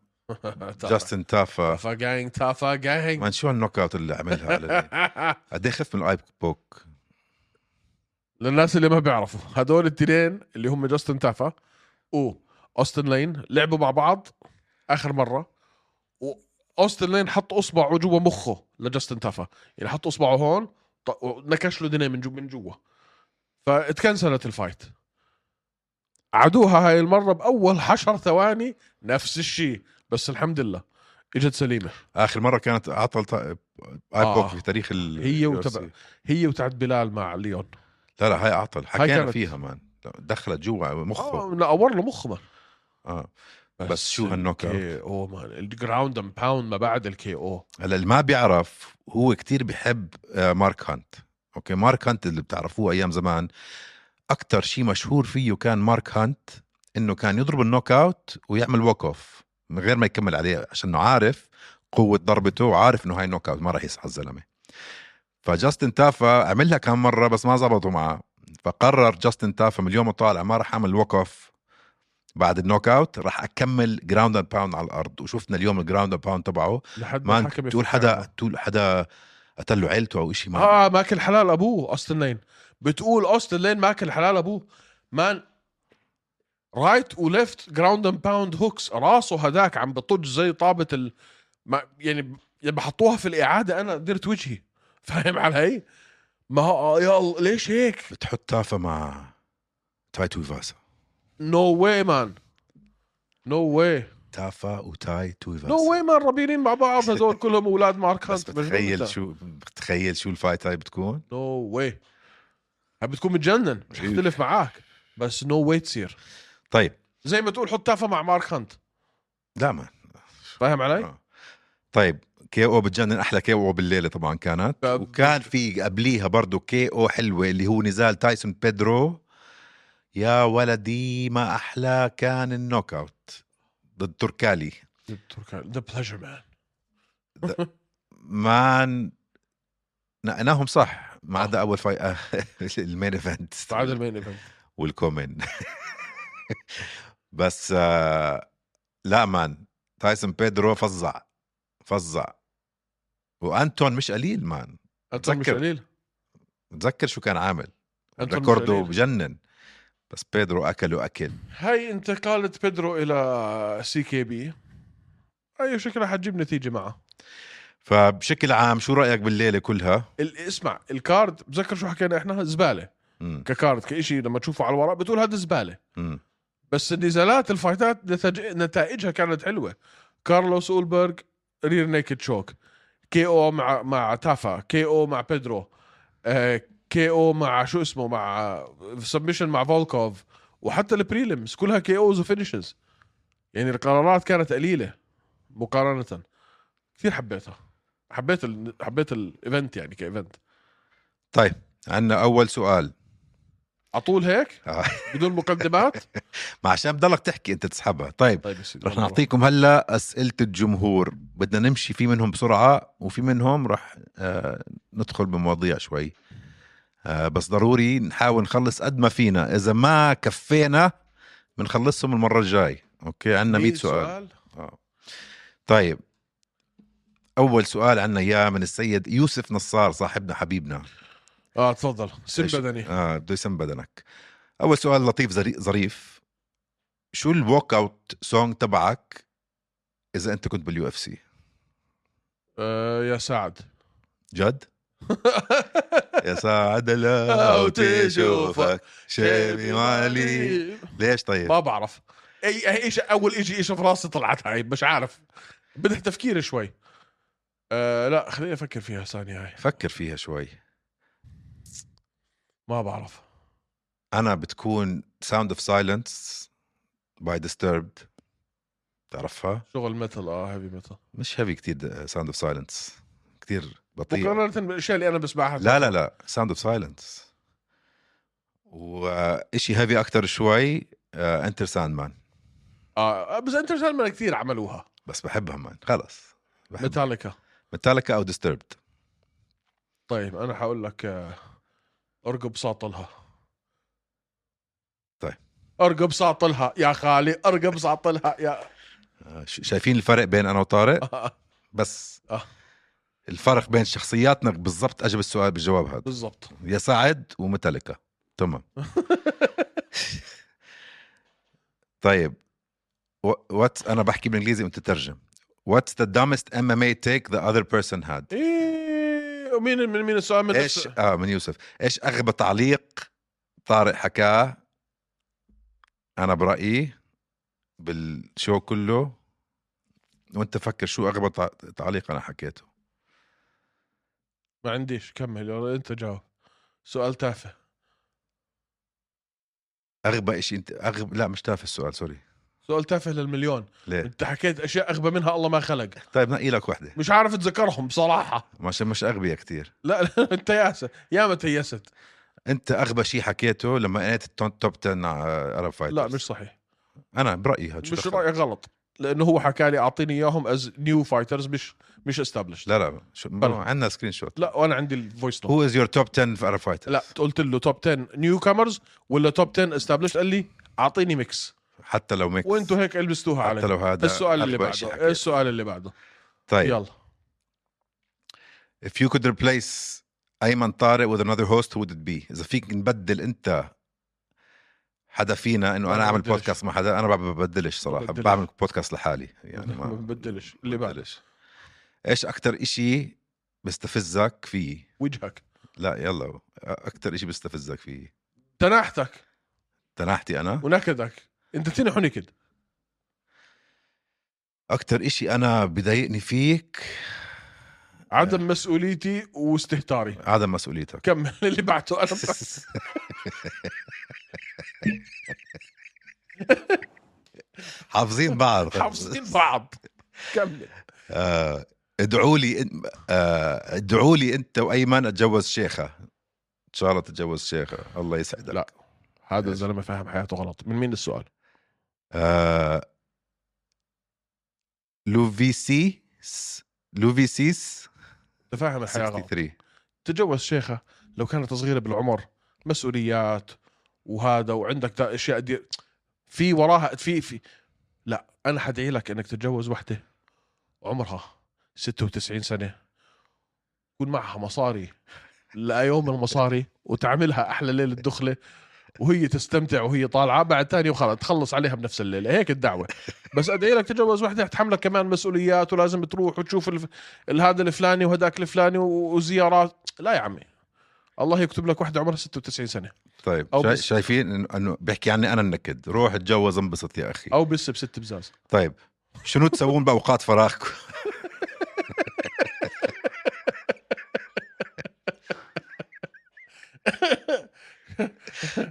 S1: جاستن تافا
S3: تافا جانج تافا جانج
S1: ما شو النوك اوت اللي عملها على دي؟ قد ايه خف من الاي بوك
S3: للناس اللي ما بيعرفوا هدول التنين اللي هم جاستن تافا واوستن لين لعبوا مع بعض اخر مره واوستن لين حط اصبعه جوا مخه لجاستن تافا يعني حط اصبعه هون ط- ونكش له دنيا من جوا من جوا فاتكنسلت الفايت عدوها هاي المره باول عشر ثواني نفس الشيء بس الحمد لله اجت سليمه
S1: اخر مره كانت اعطى اي
S3: آه.
S1: بوك في تاريخ ال
S3: هي
S1: UFC.
S3: وتبع- هي وتعت بلال مع ليون
S1: لا لا هاي اعطل حكينا
S3: كانت-
S1: فيها مان دخلت جوا مخه
S3: آه، نقور له مخه ما.
S1: اه بس شو هالنوك اوت
S3: كي او مان الجراوند اند باوند ما بعد الكي او
S1: هلا اللي ما بيعرف هو كتير بحب آه، مارك هانت اوكي مارك هانت اللي بتعرفوه ايام زمان اكتر شيء مشهور فيه كان مارك هانت انه كان يضرب النوك اوت ويعمل ووك اوف من غير ما يكمل عليه عشان انه عارف قوة ضربته وعارف انه هاي نوك اوت ما راح يصحى الزلمة فجاستن تافا عملها كم مرة بس ما زبطوا معاه فقرر جاستن تافا من اليوم وطالع ما راح اعمل ووك اوف بعد النوك اوت راح اكمل جراوند اند باوند على الارض وشفنا اليوم الجراوند اند باوند تبعه
S3: لحد ما
S1: ما
S3: الحكم
S1: تقول
S3: يفك
S1: حدا
S3: عنه.
S1: تقول حدا قتل له عيلته او شيء ما
S3: اه ماكل حلال ابوه اوستن لين بتقول اوستن لين ماكل حلال ابوه مان رايت وليفت جراوند اند باوند هوكس راسه هداك عم بطج زي طابه ال ما يعني لما حطوها في الاعاده انا درت وجهي فاهم علي؟ ما هو- آه، يا الله ليش هيك؟
S1: بتحط تافه مع تاي تويفاسا
S3: نو واي مان نو واي
S1: تافا وتاي تويفاسا
S3: نو واي مان ربيانين مع بعض هذول كلهم اولاد مارك
S1: بس
S3: هانت
S1: بتخيل شو بتخيل شو الفايت هاي بتكون
S3: نو واي بتكون متجنن مش
S1: إيه.
S3: هختلف معاك بس نو واي تصير
S1: طيب
S3: زي ما تقول حط تافه مع مارك هانت
S1: لا ما
S3: فاهم علي؟
S1: آه. طيب كي او بتجنن احلى كي او بالليله طبعا كانت
S3: طب-
S1: وكان في قبليها برضه كي او حلوه اللي هو نزال تايسون بيدرو يا ولدي ما احلى كان النوك اوت ضد تركالي
S3: ذا بليجر مان
S1: مان نقناهم صح
S3: آه.
S1: ما عدا اول فاي المين ايفنت
S3: تعادل المين ايفنت
S1: والكومن بس آه، لا مان تايسون بيدرو فظع فظع وانتون مش قليل مان
S3: انتون مش
S1: أتذكر.
S3: قليل
S1: تذكر شو كان عامل
S3: أنتون مش
S1: ريكوردو
S3: قليل.
S1: بجنن بس بيدرو اكله اكل
S3: هاي انتقالة بيدرو الى سي كي بي اي شكلها حتجيب نتيجه معه
S1: فبشكل عام شو رايك بالليله كلها
S3: ال- اسمع الكارد بتذكر شو حكينا احنا زباله
S1: مم.
S3: ككارد كشيء لما تشوفه على الورق بتقول هذا زباله
S1: مم.
S3: بس النزالات الفايتات نتج... نتائجها كانت حلوه كارلوس اولبرغ رير نيكد شوك كي او مع مع تافا كي او مع بيدرو آه... كي او مع شو اسمه مع سبمشن مع فولكوف وحتى البريلمز كلها كي اوز وفينشز يعني القرارات كانت قليله مقارنه كثير حبيتها حبيت ال... حبيت الايفنت يعني كايفنت
S1: طيب عندنا اول سؤال
S3: على طول هيك
S1: آه.
S3: بدون مقدمات
S1: ما عشان بضلك تحكي انت تسحبها طيب
S3: طيب يا سيدي
S1: رح نعطيكم هلا اسئله الجمهور بدنا نمشي في منهم بسرعه وفي منهم رح آه، ندخل بمواضيع شوي آه، بس ضروري نحاول نخلص قد ما فينا اذا ما كفينا بنخلصهم المره الجاي اوكي عندنا 100 سؤال آه. طيب اول سؤال عندنا اياه من السيد يوسف نصار صاحبنا حبيبنا
S3: اه تفضل سم
S1: إيش-
S3: بدني
S1: اه بده يسم بدنك اول سؤال لطيف زري- ظريف شو الووك اوت سونج تبعك اذا انت كنت باليو اف سي
S3: آه يا سعد
S1: جد يا سعد لا وتشوفك شبي علي ليش طيب
S3: إيه، ما بعرف اي اي شيء اول شيء شيء في راسي طلعت هاي مش عارف بدها تفكير شوي آه لا خليني افكر فيها ثانيه هاي
S1: فكر فيها شوي
S3: ما بعرف
S1: انا بتكون ساوند اوف سايلنس باي ديستربد تعرفها
S3: شغل متل اه هيفي متل
S1: مش هيفي كتير ساوند اوف سايلنس كتير بطيء
S3: مقارنه بالاشياء اللي انا بسمعها
S1: طيب. لا لا لا ساوند اوف سايلنس وإشي هيفي اكتر شوي انتر ساند مان
S3: آه بس انت سلمان كثير عملوها
S1: بس بحبها مان خلص بحب
S3: ميتاليكا
S1: ميتاليكا او ديستربد
S3: طيب انا حقول لك آه ارقب ساطلها
S1: طيب.
S3: ارقب ساطلها يا خالي ارقب ساطلها يا
S1: آه، شايفين الفرق بين انا وطارق بس
S3: آه.
S1: الفرق بين شخصياتنا بالضبط اجب السؤال بالجواب هذا
S3: بالضبط
S1: يا سعد وميتاليكا تمام طيب وات انا بحكي بالانجليزي وانت تترجم What's the dumbest MMA take the other person had? آه،
S3: ايه ومين من مين السؤال من
S1: ايش اه من يوسف ايش اغبى تعليق طارق حكاه انا برايي بالشو كله وانت فكر شو اغبى تع- تعليق انا حكيته
S3: ما عنديش كمل يلا انت جاوب سؤال تافه
S1: اغبى شيء انت اغب لا مش تافه السؤال سوري
S3: سؤال تافه للمليون
S1: ليه
S3: انت حكيت اشياء اغبى منها الله ما خلق
S1: طيب نقي لك وحده
S3: مش عارف اتذكرهم بصراحه
S1: عشان مش اغبية كتير
S3: لا لا انت ياسة يا ما تيست
S1: انت اغبى شيء حكيته لما قريت التون- توب 10 ارب فايترز
S3: لا مش صحيح
S1: انا برايي هاد شو
S3: مش
S1: دخل؟
S3: رايي غلط لانه هو حكى لي اعطيني اياهم از نيو فايترز مش مش استابلش
S1: لا لا شو...
S3: برا.
S1: عندنا سكرين شوت
S3: لا وانا عندي الفويس نوت
S1: هو از يور توب 10 في ارب فايترز
S3: لا قلت له توب 10 نيو كامرز ولا توب 10 استابلش قال لي اعطيني ميكس
S1: حتى لو ميكس
S3: وانتوا هيك لبستوها
S1: حتى
S3: علي
S1: لو هذا
S3: السؤال اللي
S1: أغبى شيء
S3: بعده
S1: حكيته.
S3: السؤال اللي بعده
S1: طيب
S3: يلا
S1: If you could replace ايمن طارق with another host who would it be؟ اذا فيك نبدل انت حدا فينا انه
S3: أنا
S1: انا اعمل
S3: ببدلش.
S1: بودكاست مع حدا انا ما ببدلش صراحه
S3: ببدلش.
S1: بعمل بودكاست لحالي يعني
S3: ما
S1: ما
S3: بدلش اللي بعده
S1: ببدلش. ايش اكثر إشي بستفزك فيه؟
S3: وجهك
S1: لا يلا اكثر إشي بستفزك فيه
S3: تناحتك
S1: تناحتي انا
S3: ونكدك انت تنح ونكد
S1: اكثر إشي انا بضايقني فيك يعني.
S3: عدم مسؤوليتي واستهتاري
S1: عدم مسؤوليتك
S3: كمل اللي بعده انا
S1: حافظين بعض
S3: حافظين بعض كمل
S1: آه، ادعوا لي إن- آه، ادعوا لي انت وايمن اتجوز شيخه ان شاء الله تتجوز شيخه الله يسعدك
S3: لا هذا الزلمه فاهم حياته غلط من مين السؤال
S1: آه، لوفيسيس لوفيسيس
S3: تفهم الحياه غلط
S1: 63
S3: تجوز شيخه لو كانت صغيره بالعمر مسؤوليات وهذا وعندك تا- اشياء دي في وراها في في لا انا حدعي لك انك تتجوز وحده عمرها 96 سنه يكون معها مصاري لا يوم المصاري وتعملها احلى ليله دخله وهي تستمتع وهي طالعه بعد تاني وخلاص تخلص عليها بنفس الليله هيك الدعوه بس ادعي لك تتجوز وحده تحملك كمان مسؤوليات ولازم تروح وتشوف الف... هذا الفلاني وهداك الفلاني و- وزيارات لا يا عمي الله يكتب لك وحده عمرها 96 سنه
S1: طيب
S3: أو
S1: شا...
S3: بس-
S1: شايفين إنه- انه بيحكي عني انا النكد روح اتجوز انبسط يا اخي
S3: او بس بست بزاز
S1: طيب شنو تسوون باوقات فراغكم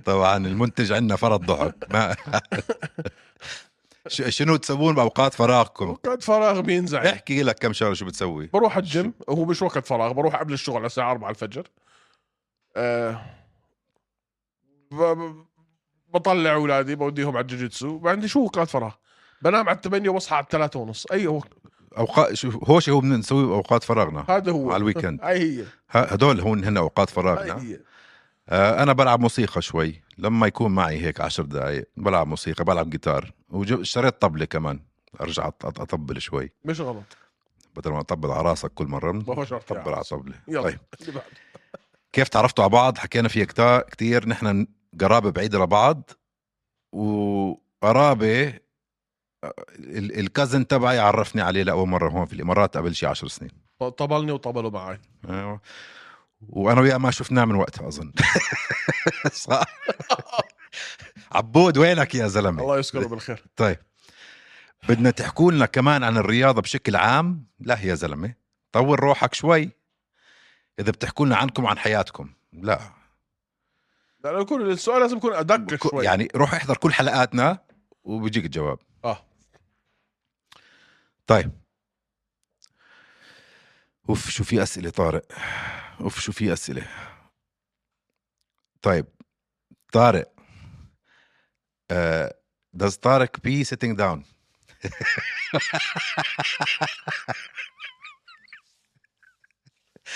S1: طبعا المنتج عندنا فرض ضحك ما ش- شنو تسوون باوقات فراغكم
S3: وقت فراغ بينزعج
S1: احكي لك كم شغله شو بتسوي
S3: بروح على الجيم هو مش وقت فراغ بروح قبل الشغل على الساعه 4 الفجر آه ب... ب- بطلع اولادي بوديهم على الجوجيتسو ما عندي شو وقت فراغ بنام على 8 وبصحى على 3 ونص اي وقت
S1: اوقات شو هو شو بنسوي باوقات فراغنا
S3: هذا هو
S1: على الويكند.
S3: اي هي
S1: ه- هدول هون هن اوقات
S3: هاي
S1: فراغنا
S3: هي
S1: آه، انا بلعب موسيقى شوي لما يكون معي هيك عشر دقائق بلعب موسيقى بلعب جيتار واشتريت طبله كمان ارجع أط- أط- اطبل شوي
S3: مش غلط بدل
S1: بدل ما اطبل على راسك كل مره
S3: ما فيش شرط
S1: طبل على طبله
S3: يلا
S1: طيب
S3: اللي بعد.
S1: كيف تعرفتوا على بعض حكينا فيها كتار كتير نحن قرابه بعيده لبعض وقرابه آه، ال- الكازن تبعي عرفني عليه لاول مره هون في الامارات قبل شي عشر سنين
S3: طبلني وطبلوا معي
S1: أيوة. وانا وياه ما شفناه من وقتها اظن صح عبود وينك يا زلمه
S3: الله يذكره بالخير
S1: طيب بدنا تحكوا لنا كمان عن الرياضه بشكل عام لا يا زلمه طور روحك شوي اذا بتحكوا لنا عنكم عن حياتكم لا
S3: لانه يكون السؤال لازم يكون ادق
S1: كو-
S3: شوي
S1: يعني روح احضر كل حلقاتنا وبيجيك الجواب
S3: اه
S1: طيب اوف شو في اسئله طارق اوف شو في اسئله طيب طارق آه does طارق be sitting down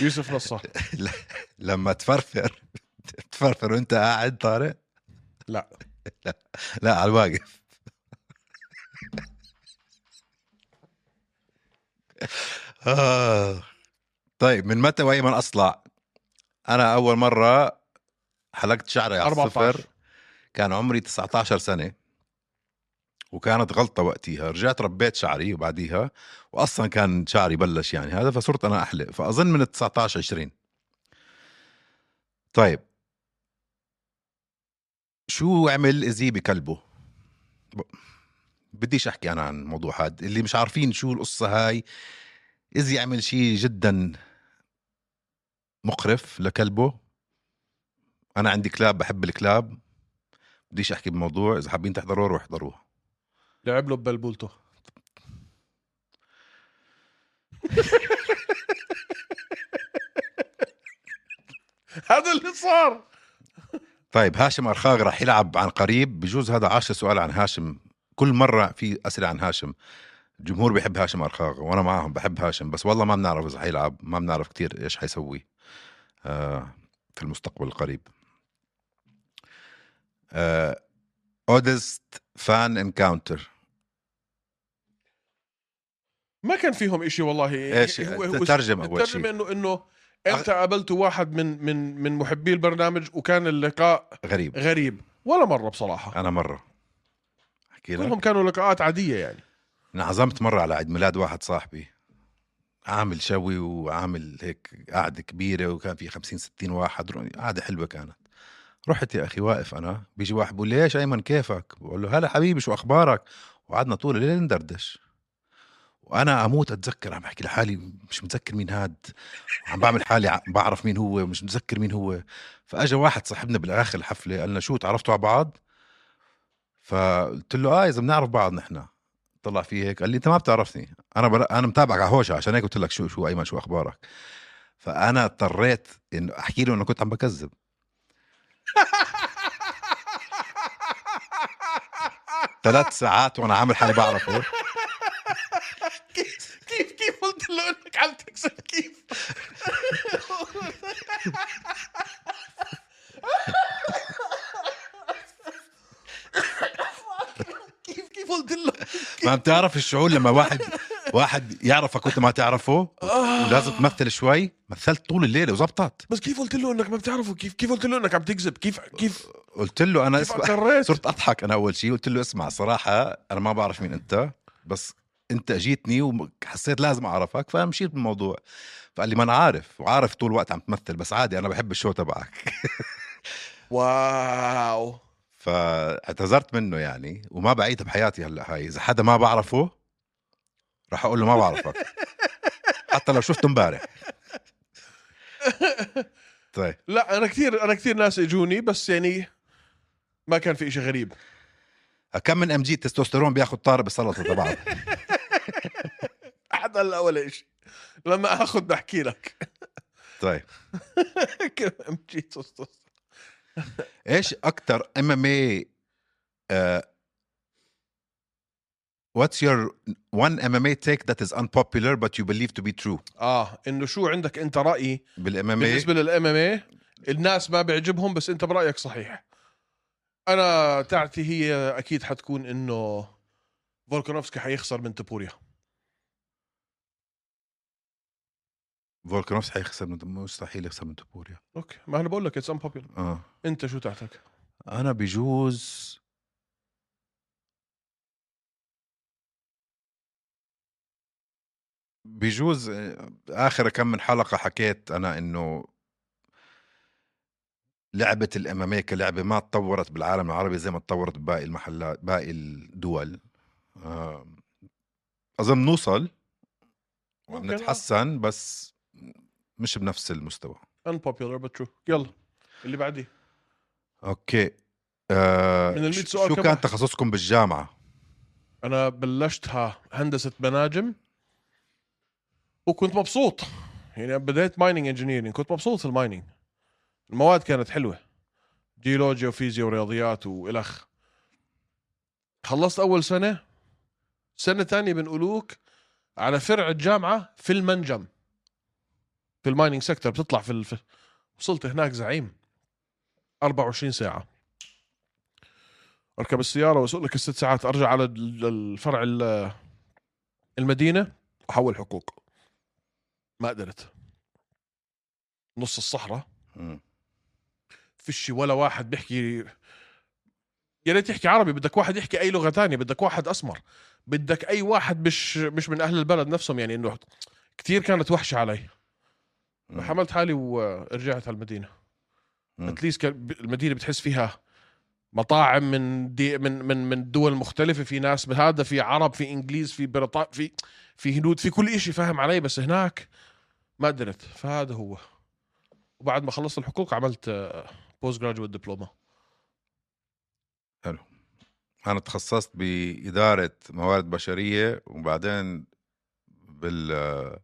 S3: يوسف نصار
S1: لما تفرفر تفرفر وانت قاعد طارق
S3: لا
S1: لا على الواقف آه. طيب من متى وايمن اصلع؟ انا اول مره حلقت شعري على الصفر
S3: 14
S1: كان عمري 19 سنه وكانت غلطه وقتها رجعت ربيت شعري وبعديها واصلا كان شعري بلش يعني هذا فصرت انا احلق فاظن من ال 19 20 طيب شو عمل زي بكلبه بديش احكي انا عن الموضوع هذا اللي مش عارفين شو القصه هاي اذا يعمل شيء جدا مقرف لكلبه انا عندي كلاب بحب الكلاب بديش احكي بالموضوع اذا حابين تحضروه روح احضروه
S3: لعب له ببلبولته هذا اللي صار
S1: طيب هاشم ارخاغ رح يلعب عن قريب بجوز هذا عاشر سؤال عن هاشم كل مره في اسئله عن هاشم الجمهور بيحب هاشم ارخاغ وانا معهم بحب هاشم بس والله ما بنعرف اذا حيلعب ما بنعرف كتير ايش حيسوي آه في المستقبل القريب آه اودست فان انكاونتر
S3: ما كان فيهم إشي والله
S1: إيش؟ تترجم أول شي.
S3: الترجمه انه انه انت قابلت واحد من من من محبي البرنامج وكان اللقاء
S1: غريب
S3: غريب ولا مره بصراحه
S1: انا مره احكي لك
S3: كلهم كانوا لقاءات عاديه يعني
S1: انعزمت مرة على عيد ميلاد واحد صاحبي عامل شوي وعامل هيك قعدة كبيرة وكان في خمسين ستين واحد رو- قعدة حلوة كانت رحت يا أخي واقف أنا بيجي واحد بيقول ليش أيمن كيفك بقول له هلا حبيبي شو أخبارك وقعدنا طول الليل ندردش وأنا أموت أتذكر عم بحكي لحالي مش متذكر مين هاد عم بعمل حالي ع- بعرف مين هو مش متذكر مين هو فأجا واحد صاحبنا بالآخر الحفلة قال لنا شو تعرفتوا على بعض فقلت له اه اذا بنعرف بعض نحن طلع فيه هيك قال لي انت ما بتعرفني انا بر... انا متابعك على هوشه عشان هيك قلت لك شو شو ايمن شو اخبارك فانا اضطريت انه احكي له انه كنت عم بكذب ثلاث ساعات وانا عامل حالي بعرفه
S2: كيف كيف كيف قلت له انك عم تكسر كيف كيف كيف قلت له
S1: ما بتعرف الشعور لما واحد واحد يعرفك وانت ما تعرفه ولازم تمثل شوي مثلت طول الليله وزبطت
S3: بس كيف قلت له انك ما بتعرفه كيف كيف قلت له انك عم تكذب كيف كيف
S1: قلت له انا
S3: كيف
S1: اسمع
S3: اقريت
S1: صرت اضحك انا اول شيء قلت له اسمع صراحه انا ما بعرف مين انت بس انت اجيتني وحسيت لازم اعرفك فمشيت بالموضوع فقال لي ما انا عارف وعارف طول الوقت عم تمثل بس عادي انا بحب الشو تبعك
S3: واو
S1: فاعتذرت منه يعني وما بعيد بحياتي هلا هاي اذا حدا ما بعرفه راح اقول له ما بعرفك حتى لو شفته امبارح طيب
S3: لا انا كثير انا كثير ناس اجوني بس يعني ما كان في إشي غريب
S1: كم من ام جي تستوستيرون بياخذ طارق بالسلطه تبعه
S3: حدا هلا ولا إشي لما اخذ بحكي لك
S1: طيب
S3: كم جيت أسطس.
S1: ايش اكثر ام ام اي آه، واتس يور one ام ام اي تيك ذات از unpopular but you believe to be true
S3: اه انه شو عندك انت راي
S1: بالام ام اي
S3: بالنسبه للام ام اي الناس ما بيعجبهم بس انت برايك صحيح انا تاعتي هي اكيد حتكون انه فولكانوفسكي حيخسر من تبوريا
S1: فولكانوفسكي حيخسر من مستحيل يخسر من يعني. توبوريا
S3: اوكي ما انا بقول لك اتس امبوبيلر
S1: اه
S3: انت شو تاعتك
S1: انا بجوز بجوز آه، اخر كم من حلقه حكيت انا انه لعبه الاماميه كلعبه إيه ما تطورت بالعالم العربي زي ما تطورت بباقي المحلات باقي الدول آه، اظن نوصل
S3: ممكن، آه.
S1: ونتحسن بس مش بنفس المستوى
S3: امبوبيلر بس شو يلا اللي بعديه
S1: اوكي آه
S3: من المية
S1: ش-
S3: سؤال
S1: شو
S3: كم
S1: كان
S3: واحد؟
S1: تخصصكم بالجامعه
S3: انا بلشتها هندسه مناجم وكنت مبسوط يعني بديت مايننج انجينيرنج كنت مبسوط في المايننج المواد كانت حلوه جيولوجيا وفيزياء ورياضيات والخ خلصت اول سنه سنه تانية بنقولوك على فرع الجامعه في المنجم في المايننج سيكتور بتطلع في الف... وصلت هناك زعيم 24 ساعه اركب السياره واسوق لك الست ساعات ارجع على ال- الفرع ال- المدينه احول حقوق ما قدرت نص الصحراء
S1: مم.
S3: فيش ولا واحد بيحكي يا ريت يحكي عربي بدك واحد يحكي اي لغه تانية بدك واحد اسمر بدك اي واحد مش مش من اهل البلد نفسهم يعني انه كثير كانت وحشه علي
S1: مم.
S3: حملت حالي ورجعت على المدينه
S1: مم.
S3: اتليست المدينه بتحس فيها مطاعم من دي من من من دول مختلفه في ناس من هذا في عرب في انجليز في بريطان في في هنود في كل شيء فاهم علي بس هناك ما قدرت فهذا هو وبعد ما خلصت الحقوق عملت آه، بوست جراجويت دبلوما
S1: انا تخصصت باداره موارد بشريه وبعدين بال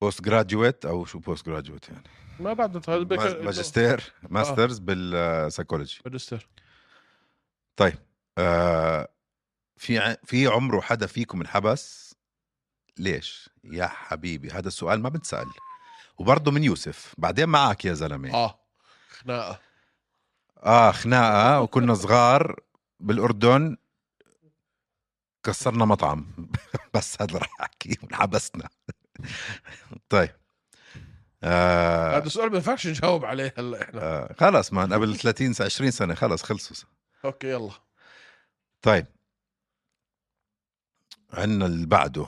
S1: بوست جراجويت او شو بوست جراجويت يعني
S3: ما بعد
S1: ماج- ماجستير ماسترز بالسايكولوجي
S3: ماجستير
S1: طيب آه في ع- في عمره حدا فيكم انحبس ليش يا حبيبي هذا السؤال ما بتسأل وبرضه من يوسف بعدين معك يا زلمه
S3: اه خناقه
S1: اه خناقه وكنا صغار بالاردن كسرنا مطعم بس هذا اللي رح احكيه وانحبسنا طيب آه
S3: هذا السؤال ما ينفعش نجاوب عليه هلا احنا
S1: آه خلص مان قبل 30 سنة- 20 سنه خلص خلصوا
S3: اوكي يلا
S1: طيب عندنا اللي بعده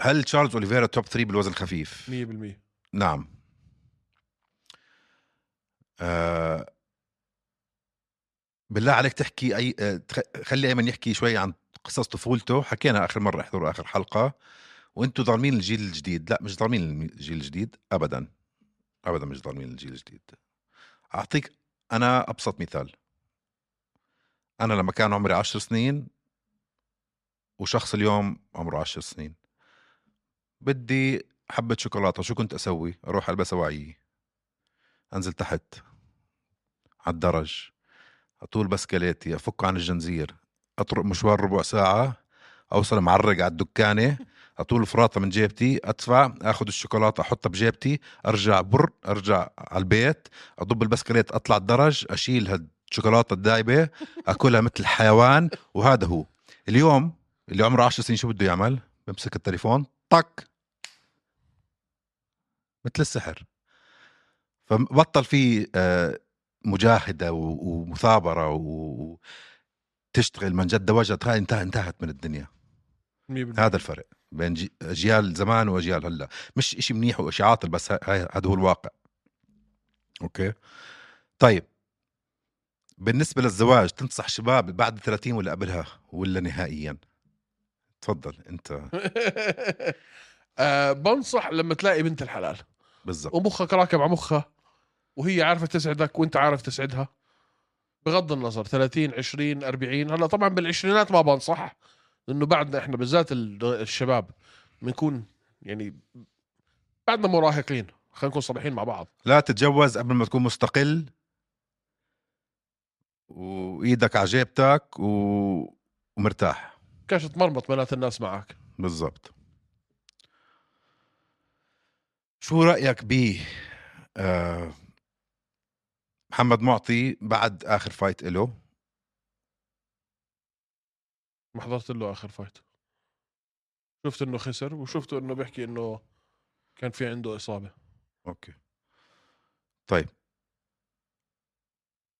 S1: هل تشارلز اوليفيرا توب 3 بالوزن الخفيف؟
S3: 100%
S1: نعم آه بالله عليك تحكي اي آه، تخ- خلي ايمن يحكي شوي عن قصص طفولته حكينا اخر مره احضروا اخر حلقه وانتم ظالمين الجيل الجديد لا مش ظالمين الجيل الجديد ابدا ابدا مش ظالمين الجيل الجديد اعطيك انا ابسط مثال انا لما كان عمري عشر سنين وشخص اليوم عمره عشر سنين بدي حبة شوكولاتة شو كنت أسوي؟ أروح ألبسها واعية أنزل تحت على الدرج أطول بسكليتي أفك عن الجنزير أطرق مشوار ربع ساعة أوصل معرق على الدكانة أطول فراطة من جيبتي أدفع أخذ الشوكولاتة أحطها بجيبتي أرجع بر أرجع على البيت أضب البسكليت أطلع الدرج أشيل هالشوكولاتة الدايبة أكلها مثل حيوان وهذا هو اليوم اللي عمره 10 سنين شو بده يعمل؟ بمسك التليفون طق مثل السحر فبطل في آه، مجاهده و- ومثابره و- وتشتغل من جد وجد هاي انتهى انتهت من الدنيا
S3: 100%
S1: هذا الفرق بين جي- اجيال زمان واجيال هلا مش إشي منيح وإشي عاطل بس ه- هاي- هذا هو الواقع اوكي طيب بالنسبه للزواج تنصح شباب بعد 30 ولا قبلها ولا نهائيا تفضل انت
S3: أه، آه بنصح لما تلاقي بنت الحلال
S1: بالضبط
S3: ومخك راكب على مخها وهي عارفه تسعدك وانت عارف تسعدها بغض النظر 30 20 40 هلا طبعا بالعشرينات ما بنصح لانه بعدنا احنا بالذات ال- الشباب بنكون يعني بعدنا مراهقين خلينا نكون صريحين مع بعض
S1: لا تتجوز قبل ما تكون مستقل وايدك على جيبتك و... ومرتاح
S3: كاش تمرمط بنات الناس معك
S1: بالضبط شو رايك ب آه... محمد معطي بعد اخر فايت له
S3: ما حضرت له اخر فايت شفت انه خسر وشفته انه بيحكي انه كان في عنده اصابه
S1: اوكي طيب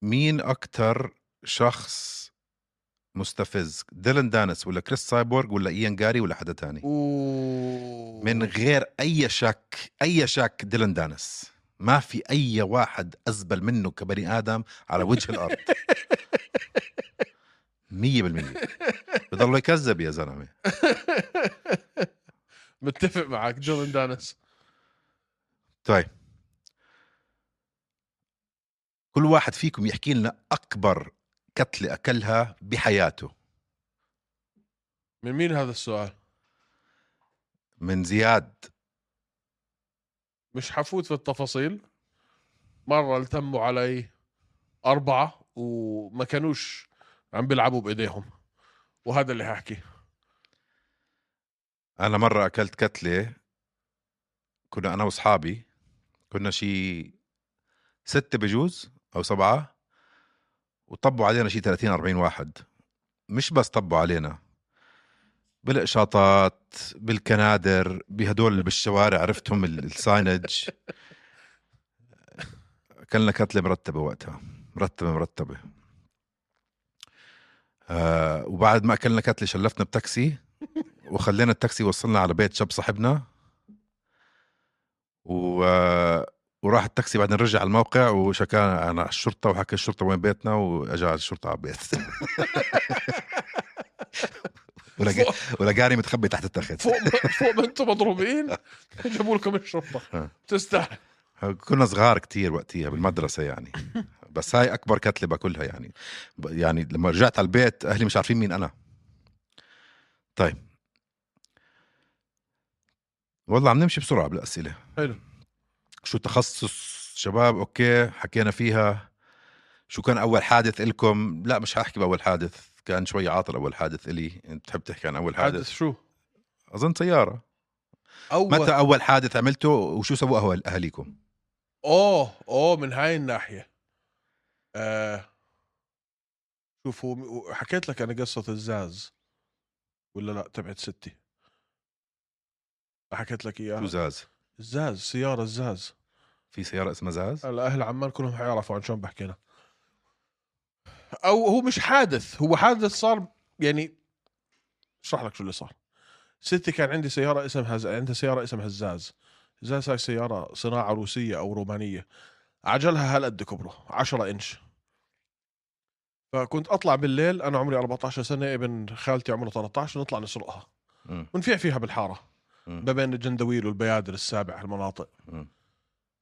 S1: مين اكتر شخص مستفز ديلان دانس ولا كريس سايبورغ ولا ايان جاري ولا حدا تاني من
S3: من
S1: غير اي شك اي شك ديلان دانس ما في اي واحد ازبل منه كبني ادم على وجه الارض مية بالمية بضل يكذب يا زلمة
S3: متفق معك جولن دانس
S1: طيب كل واحد فيكم يحكي لنا أكبر كتلة أكلها بحياته
S3: من مين هذا السؤال؟
S1: من زياد
S3: مش حفوت في التفاصيل مرة التموا علي أربعة وما كانوش عم بيلعبوا بإيديهم وهذا اللي هحكي
S1: أنا مرة أكلت كتلة كنا أنا وأصحابي كنا شي ستة بجوز أو سبعة وطبوا علينا شي 30 40 واحد مش بس طبوا علينا بالإقشاطات بالكنادر بهدول اللي بالشوارع عرفتهم ال- الساينج أكلنا كتلة مرتبة وقتها مرتبة مرتبة آه وبعد ما أكلنا كتلة شلفنا بتاكسي وخلينا التاكسي وصلنا على بيت شاب صاحبنا و... آه، وراح التاكسي بعدين رجع على الموقع وشكانا انا على الشرطه وحكى الشرطه وين بيتنا واجى على الشرطه على البيت ولقى ولقاني متخبي تحت التخت
S3: فوق ما فوق ما انتم مضروبين جابوا لكم الشرطه
S1: آه.
S3: تستاهل
S1: كنا صغار كتير وقتها بالمدرسه يعني بس هاي اكبر كتله باكلها يعني ب- يعني لما رجعت على البيت اهلي مش عارفين مين انا طيب والله عم نمشي بسرعه بالاسئله
S3: حلو
S1: شو تخصص شباب اوكي حكينا فيها شو كان اول حادث لكم لا مش حاحكي باول حادث كان شوي عاطل اول حادث الي انت بتحب تحكي عن اول حادث,
S3: حادث
S1: حادث.
S3: شو؟
S1: اظن سياره
S3: اول
S1: متى اول حادث عملته وشو سووا أهل- اهاليكم
S3: اوه اوه آه، من هاي الناحيه آه شوف هو حكيت لك انا قصه الزاز ولا لا تبعت ستي حكيت لك
S1: شو
S3: اياها
S1: زاز
S3: الزاز سياره الزاز
S1: في سياره اسمها زاز
S3: هلا اهل عمان كلهم حيعرفوا عن شو عم بحكي انا او هو مش حادث هو حادث صار يعني اشرح لك شو اللي صار ستي كان عندي سياره اسمها ز- عندها سياره اسمها الزاز الزاز هاي سياره صناعه روسيه او رومانيه عجلها هالقد كبره 10 انش فكنت اطلع بالليل انا عمري 14 سنه ابن خالتي عمره 13 نطلع نسرقها
S1: مم.
S3: ونفيع فيها بالحاره
S1: مم.
S3: ما بين الجندويل والبيادر السابع المناطق
S1: مم.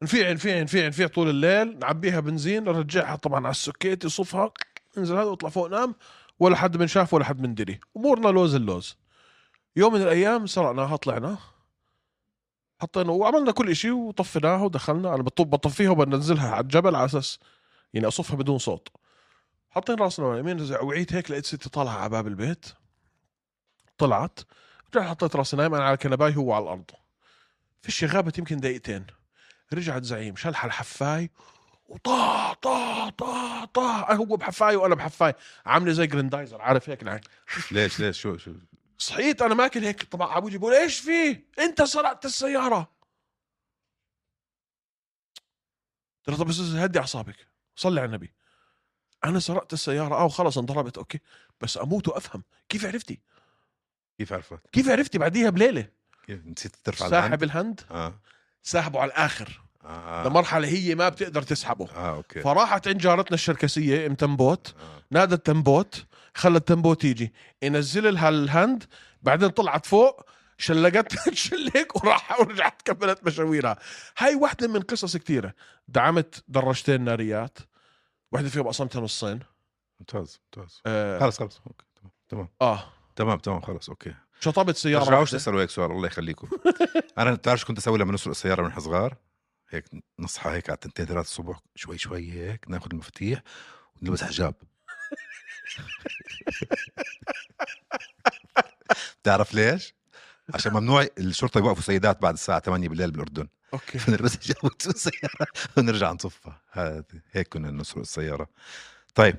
S3: نفيع نفيع نفيع نفيع طول الليل نعبيها بنزين نرجعها طبعا على السكيت يصفها انزل هذا واطلع فوق نام ولا حد من شاف ولا حد من دري امورنا لوز اللوز يوم من الايام سرقناها طلعنا حطينا وعملنا كل شيء وطفيناها ودخلنا انا بطب بطفيها وبنزلها على الجبل على اساس يعني اصفها بدون صوت حاطين راسنا على اليمين رجع وعيت هيك لقيت ستي طالعه على باب البيت طلعت رجعت حطيت راسي نايم انا على الكنباي هو على الارض فيش غابت يمكن دقيقتين رجعت زعيم شلح الحفاي وطا طا طا طا هو بحفاي وانا بحفاي عامله زي جريندايزر عارف هيك نعم
S1: ليش ليش شو شو
S3: صحيت انا ماكل هيك طبعا ابوجي بقول ايش في انت سرقت السياره قلت له طب بس هدي اعصابك صلي على النبي انا سرقت السياره اه وخلص انضربت اوكي بس اموت وافهم كيف عرفتي
S1: كيف عرفت
S3: كيف عرفتي بعديها بليله
S1: كيف نسيت ترفع
S3: ساحب
S1: الهند
S3: الهند
S1: اه
S3: ساحبه على الاخر
S1: اه اه,
S3: لمرحله هي ما بتقدر تسحبه
S1: آه اوكي
S3: فراحت عند جارتنا الشركسيه ام تنبوت
S1: آه.
S3: نادت تنبوت خلت تنبوت يجي ينزل لها الهند بعدين طلعت فوق شلقت شلك وراح ورجعت كملت مشاويرها هاي واحدة من قصص كثيرة دعمت دراجتين ناريات واحدة فيهم قسمتها نصين
S1: ممتاز ممتاز
S3: اه,
S1: خلص خلص اوكي تمام تمام
S3: آه.
S1: تمام تمام خلص اوكي
S3: شطبت سيارة
S1: ترجعوش
S3: واحدة.
S1: تسالوا هيك سؤال الله يخليكم انا بتعرف شو كنت اسوي لما نسرق السياره ونحن صغار هيك نصحى هيك على 2 3 الصبح شوي شوي هيك ناخذ المفاتيح ونلبس حجاب بتعرف ليش؟ عشان ممنوع الشرطه يوقفوا سيدات بعد الساعه 8 بالليل بالاردن
S3: اوكي
S1: فنلبس حجاب ونسوق السياره ونرجع نصفها هذا هيك كنا نسرق السياره طيب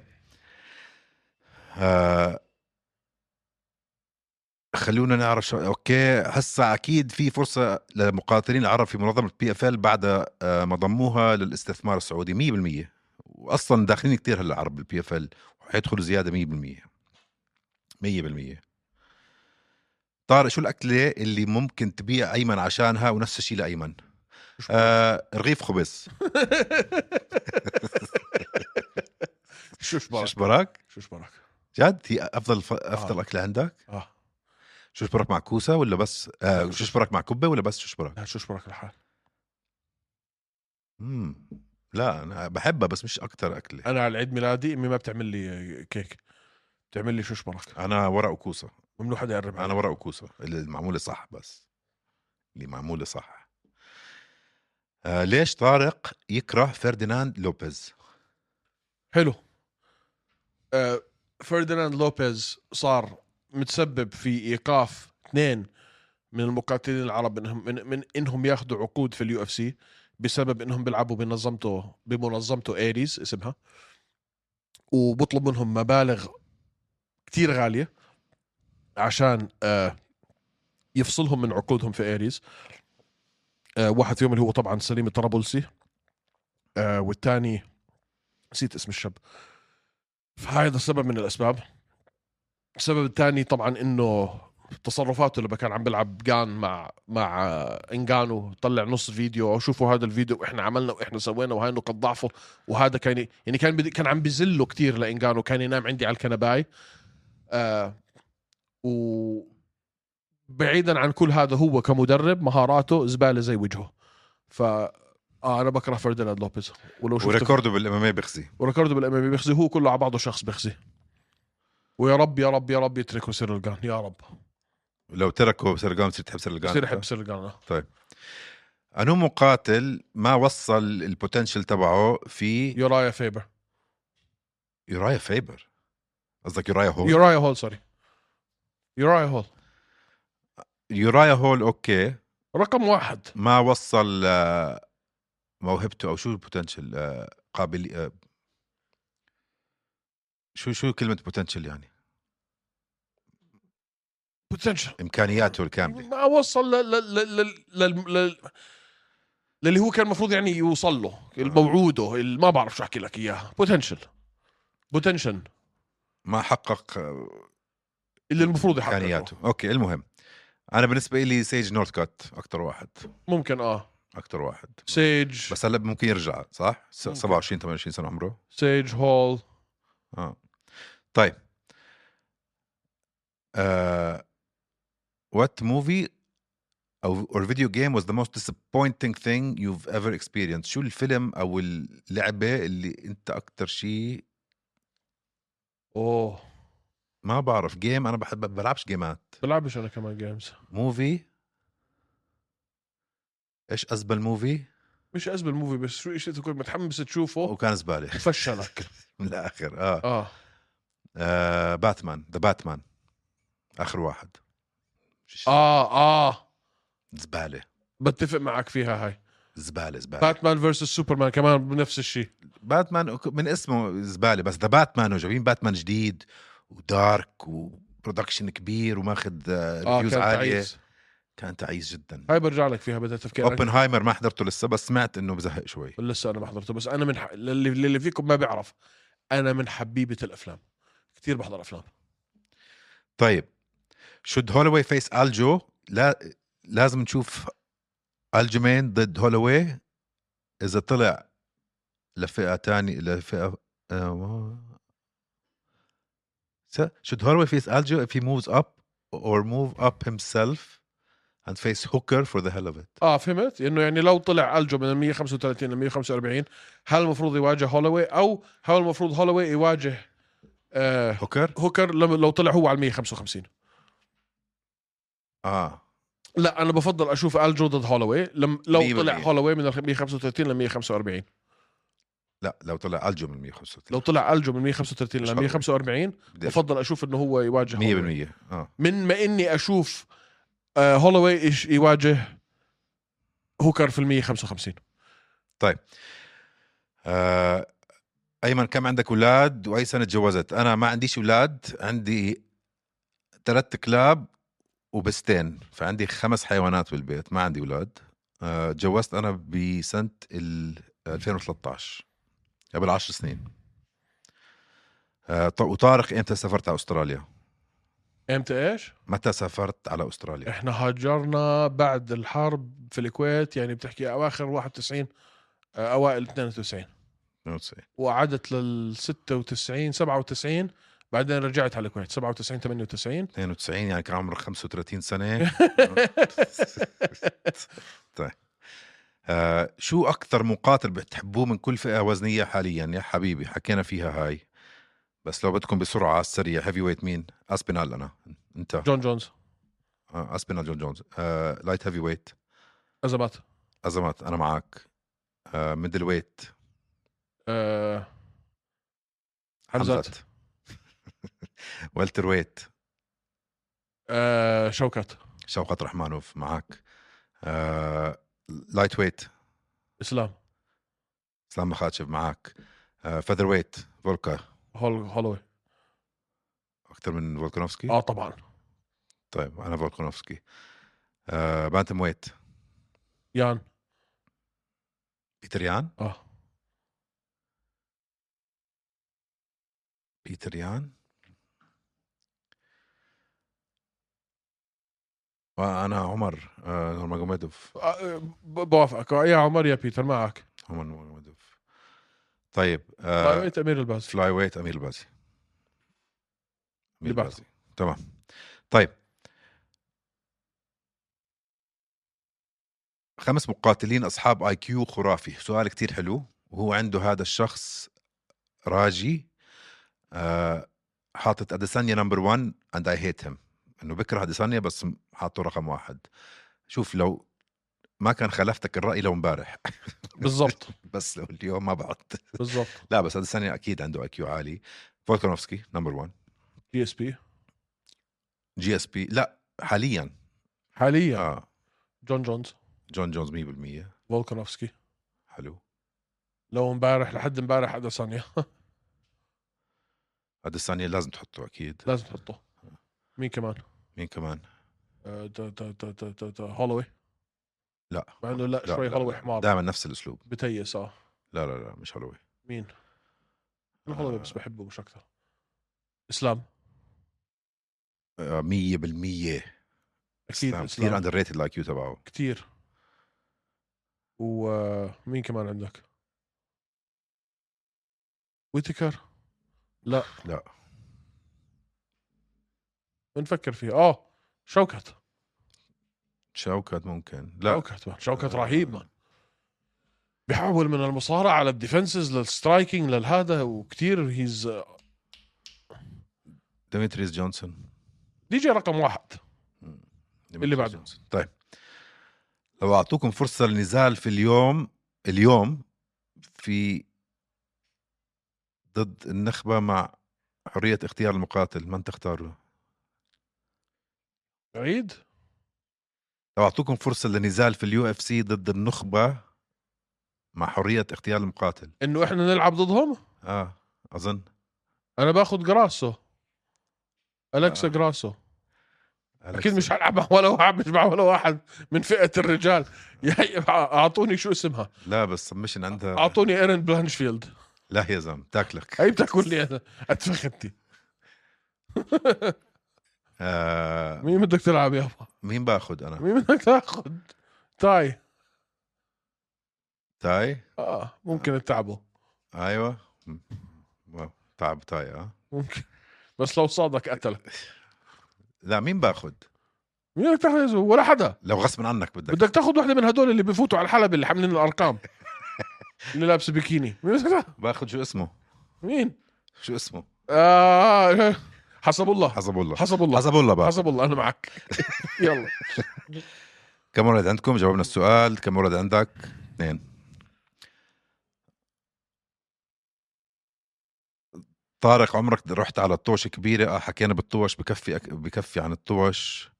S1: آه خلونا نعرف شو اوكي هسا اكيد في فرصه للمقاتلين العرب في منظمه بي اف ال بعد آه، ما ضموها للاستثمار السعودي 100% واصلا داخلين كثير هلا عرب بالبي اف ال وحيدخلوا زياده 100% 100% طارق شو الاكله اللي ممكن تبيع ايمن عشانها ونفس الشيء لايمن آه رغيف خبز
S3: شو شبرك
S1: ششبرك
S3: شو شبرك
S1: جد هي افضل ف...
S3: آه.
S1: افضل اكله عندك
S3: اه
S1: ششبرك مع كوسه ولا بس آه ششبرك مع كبه ولا بس ششبرك
S3: لا شو شبرك الحال
S1: امم لا انا بحبها بس مش اكتر اكله
S3: انا على العيد ميلادي امي ما بتعمل لي كيك بتعمل لي شو شبرك
S1: انا ورق وكوسه
S3: ممنوع حدا يقرب
S1: انا ورق وكوسه اللي معموله صح بس اللي معموله صح آه ليش طارق يكره فرديناند لوبيز
S3: حلو آه، فرديناند لوبيز صار متسبب في ايقاف اثنين من المقاتلين العرب انهم من, من انهم ياخذوا عقود في اليو اف سي بسبب انهم بيلعبوا بمنظمته بمنظمته ايريز اسمها وبطلب منهم مبالغ كتير غاليه عشان آه، يفصلهم من عقودهم في ايريز آه، واحد فيهم اللي هو طبعا سليم الطرابلسي آه، والثاني نسيت اسم الشاب فهذا سبب من الاسباب السبب الثاني طبعا انه تصرفاته لما كان عم بيلعب جان مع مع آه، انجانو طلع نص فيديو او شوفوا هذا الفيديو واحنا عملنا واحنا سوينا وهاي نقاط ضعفه وهذا كان ي- يعني كان بدي كان عم بذله كتير لانجانو كان ينام عندي على الكنباي آه و بعيدا عن كل هذا هو كمدرب مهاراته زباله زي وجهه ف اه انا بكره فرديناند لوبيز ولو شفت
S1: وريكوردو إيه بالاماميه بخزي
S3: وريكاردو بالامامي بيخزي هو كله على بعضه شخص بيخزي ويا رب يا رب يا رب يتركوا سيرلجان يا رب
S1: لو تركوا سرقان بصير تحب سرقان
S3: بصير يحب آه. سيرلجان
S1: انو مقاتل ما وصل البوتنشل تبعه في
S3: يورايا فيبر
S1: يورايا فيبر قصدك يورايا هول
S3: يورايا هول سوري يورايا هول
S1: يورايا هول اوكي
S3: رقم واحد
S1: ما وصل آه، موهبته او شو البوتنشل آه، قابل آه، شو شو كلمه بوتنشل يعني
S3: بوتنشل
S1: امكانياته الكامله
S3: ما وصل لل لل لل لل لل للي هو كان المفروض يعني يوصل له الموعوده اللي ما بعرف شو احكي لك اياها بوتنشل بوتنشل
S1: ما حقق آه،
S3: اللي المفروض يحققه
S1: امكانياته اوكي المهم انا بالنسبه لي سيج نورثكوت اكثر واحد
S3: ممكن اه
S1: اكثر واحد
S3: سيج
S1: بس هلا ممكن يرجع صح س-
S3: ممكن.
S1: 27 28 سنه عمره
S3: سيج هول
S1: اه طيب آه what movie او or video game was the most disappointing thing you've ever experienced شو الفيلم او اللعبه اللي انت اكثر شيء
S3: اوه
S1: ما بعرف جيم انا بحب بلعبش جيمات
S3: بلعبش انا كمان جيمز
S1: موفي ايش ازبل موفي
S3: مش ازمه الموفي بس شو شيء تكون متحمس تشوفه
S1: وكان زباله
S3: فشلك
S1: من الاخر اه
S3: اه
S1: آه، باتمان ذا باتمان اخر واحد
S3: اه اه
S1: زباله
S3: بتفق معك فيها هاي
S1: زباله زباله
S3: باتمان فيرسس سوبرمان كمان بنفس الشيء
S1: باتمان من اسمه زباله بس ذا باتمان وجايبين باتمان جديد ودارك وبرودكشن كبير وماخذ
S3: اه كان
S1: ريفيوز عاليه
S3: تعيس
S1: كان تعيس جدا
S3: هاي برجع لك فيها بدها تفكير أنا-
S1: اوبنهايمر ما حضرته لسه بس سمعت انه بزهق شوي
S3: لسه انا ما حضرته بس انا من ح... للي, للي فيكم ما بيعرف انا من حبيبه الافلام كثير بحضر افلام
S1: طيب شود هولوي فيس الجو لا لازم نشوف الجمين ضد هولوي اذا طلع لفئه تاني لفئه آه، شود هولوي فيس الجو if he moves up or move up himself and face hooker for the hell of it
S3: اه فهمت انه يعني لو طلع الجو من ال 135 ل 145 هل المفروض يواجه هولوي او هل المفروض هولوي يواجه آه
S1: هوكر
S3: هوكر لما- لو طلع هو على ال 155
S1: اه
S3: لا انا بفضل اشوف الجو ضد هولوي لم لو
S1: مية
S3: طلع
S1: بالمية.
S3: هولوي من ال 135 ل 145
S1: لا لو طلع الجو من
S3: لو
S1: 135
S3: طلع الجو من 135
S1: مش
S3: ل
S1: هولوي.
S3: 145
S1: بدي أشوف.
S3: بفضل اشوف انه هو يواجه هولوي.
S1: 100% اه
S3: من ما اني اشوف آه، هولوي إيش- يواجه هوكر في ال 155
S1: آه، ايمن كم عندك اولاد واي سنه تجوزت انا ما عنديش اولاد عندي ثلاث كلاب وبستين فعندي خمس حيوانات بالبيت ما عندي اولاد آه، تجوزت انا بسنه ال 2013 قبل 10 سنين آه، ط- وطارق امتى سافرت على استراليا
S3: امتى ايش؟
S1: متى سافرت على استراليا
S3: احنا هاجرنا بعد الحرب في الكويت يعني بتحكي اواخر 91 آه، اوائل 92 وقعدت لل 96 97 بعدين رجعت على الكويت 97 98
S1: 92 يعني كان عمرك 35 سنه طيب آه شو اكثر مقاتل بتحبوه من كل فئه وزنيه حاليا يا حبيبي حكينا فيها هاي بس لو بدكم بسرعه على السريع هيفي ويت مين اسبينال انا انت
S3: جون جونز
S1: آه اسبينال جون جونز آه لايت هيفي ويت
S3: ازمات
S1: ازمات انا معك آه ميدل ويت
S3: آه، حمزات.
S1: حمزات والتر ويت
S3: آه، شوكت
S1: شوقت رحمانوف معك آه لايت ويت
S3: اسلام
S1: اسلام مخاتشف معك آه فذر ويت فولكا
S3: هول هولوي
S1: اكثر من فولكانوفسكي
S3: اه طبعا
S1: طيب انا فولكانوفسكي آه بانتم ويت
S3: يان
S1: بيتر يان
S3: اه
S1: بيتر يان وانا عمر آه، نورماجوميدوف
S3: آه، ب- بوافقك آه، يا عمر يا بيتر معك
S1: عمر نورماجوميدوف طيب
S3: فلاي
S1: آه
S3: ويت امير البازي
S1: فلاي ويت امير البازي
S3: اللي
S1: امير
S3: بعده.
S1: البازي تمام طيب خمس مقاتلين اصحاب اي كيو خرافي سؤال كتير حلو وهو عنده هذا الشخص راجي آه حاطط اديسانيا نمبر 1 اند اي هيت هيم انه بكره اديسانيا بس م- حاطه رقم واحد شوف لو ما كان خالفتك الراي لو امبارح
S3: بالضبط
S1: بس لو اليوم ما بعد
S3: بالضبط
S1: لا بس اديسانيا اكيد عنده اي كيو عالي فولكانوفسكي نمبر 1
S3: دي اس بي
S1: جي اس بي لا حاليا
S3: حاليا
S1: اه
S3: جون جونز
S1: جون جونز 100%
S3: فولكانوفسكي
S1: حلو
S3: لو امبارح لحد امبارح اديسانيا
S1: اديسانيا لازم تحطه اكيد
S3: لازم تحطه مين كمان؟
S1: مين كمان
S3: آه، تا- تا- تا- تا- تا- تا- هولوي
S1: لا
S3: مع انه لا شوي هولوي حمار
S1: دائما نفس الاسلوب
S3: بتيس اه
S1: لا لا لا مش هلوي
S3: مين؟ انا هولوي
S1: آه.
S3: بس بحبه مش اكثر اسلام
S1: آه، 100%
S3: اكيد
S1: اسلام. كثير
S3: اسلام
S1: اندر ريتد الاي كيو تبعه
S3: كثير ومين كمان عندك؟ ويتكر لا
S1: لا
S3: بنفكر فيه اه شوكت
S1: شوكت ممكن لا آه.
S3: شوكت مان شوكت رهيب مان بيحول من المصارعه على الديفنسز للسترايكينج للهذا وكثير هيز
S1: ديمتريس جونسون
S3: دي جي رقم واحد
S1: ديمتريس
S3: بعده.
S1: جونسون. طيب لو اعطوكم فرصه للنزال في اليوم اليوم في ضد النخبه مع حريه اختيار المقاتل من تختاروا
S3: عيد
S1: لو اعطوكم فرصه لنزال في اليو اف سي ضد النخبه مع حريه اختيار المقاتل
S3: انه احنا نلعب ضدهم
S1: اه اظن
S3: انا باخذ جراسو الكسا
S1: آه.
S3: جراسو اكيد مش هلعب مع ولا واحد مش مع ولا واحد من فئه الرجال يا هي- اعطوني شو اسمها
S1: لا بس سبمشن عندها
S3: اعطوني ايرن بلانشفيلد
S1: لا يا زلمه تاكلك
S3: هي بتاكل لي انا اتفخنتي
S1: آه
S3: مين بدك تلعب يابا
S1: مين باخذ انا
S3: مين بدك تاخذ تاي
S1: تاي
S3: اه ممكن اتعبه
S1: ايوه م- واو، تعب تاي اه
S3: ممكن بس لو صادك قتلك
S1: لا مين باخذ
S3: مين بدك تاخذ يا زلمة؟ ولا حدا
S1: لو غصب عنك بدك
S3: بدك تاخذ وحده من هدول اللي بفوتوا على الحلبة اللي حاملين الارقام اللي لابسه بيكيني مين بدك تاخذ؟
S1: باخذ شو اسمه
S3: مين؟
S1: شو اسمه
S3: آه حسب الله
S1: حسب الله
S3: حسب الله
S1: حسب الله باخذ
S3: حسب الله انا معك يلا
S1: كم ورد عندكم جاوبنا السؤال كم ورد عندك اثنين طارق عمرك رحت على الطوش كبيرة آه، حكينا بالطوش بكفي أك- بكفي عن الطوش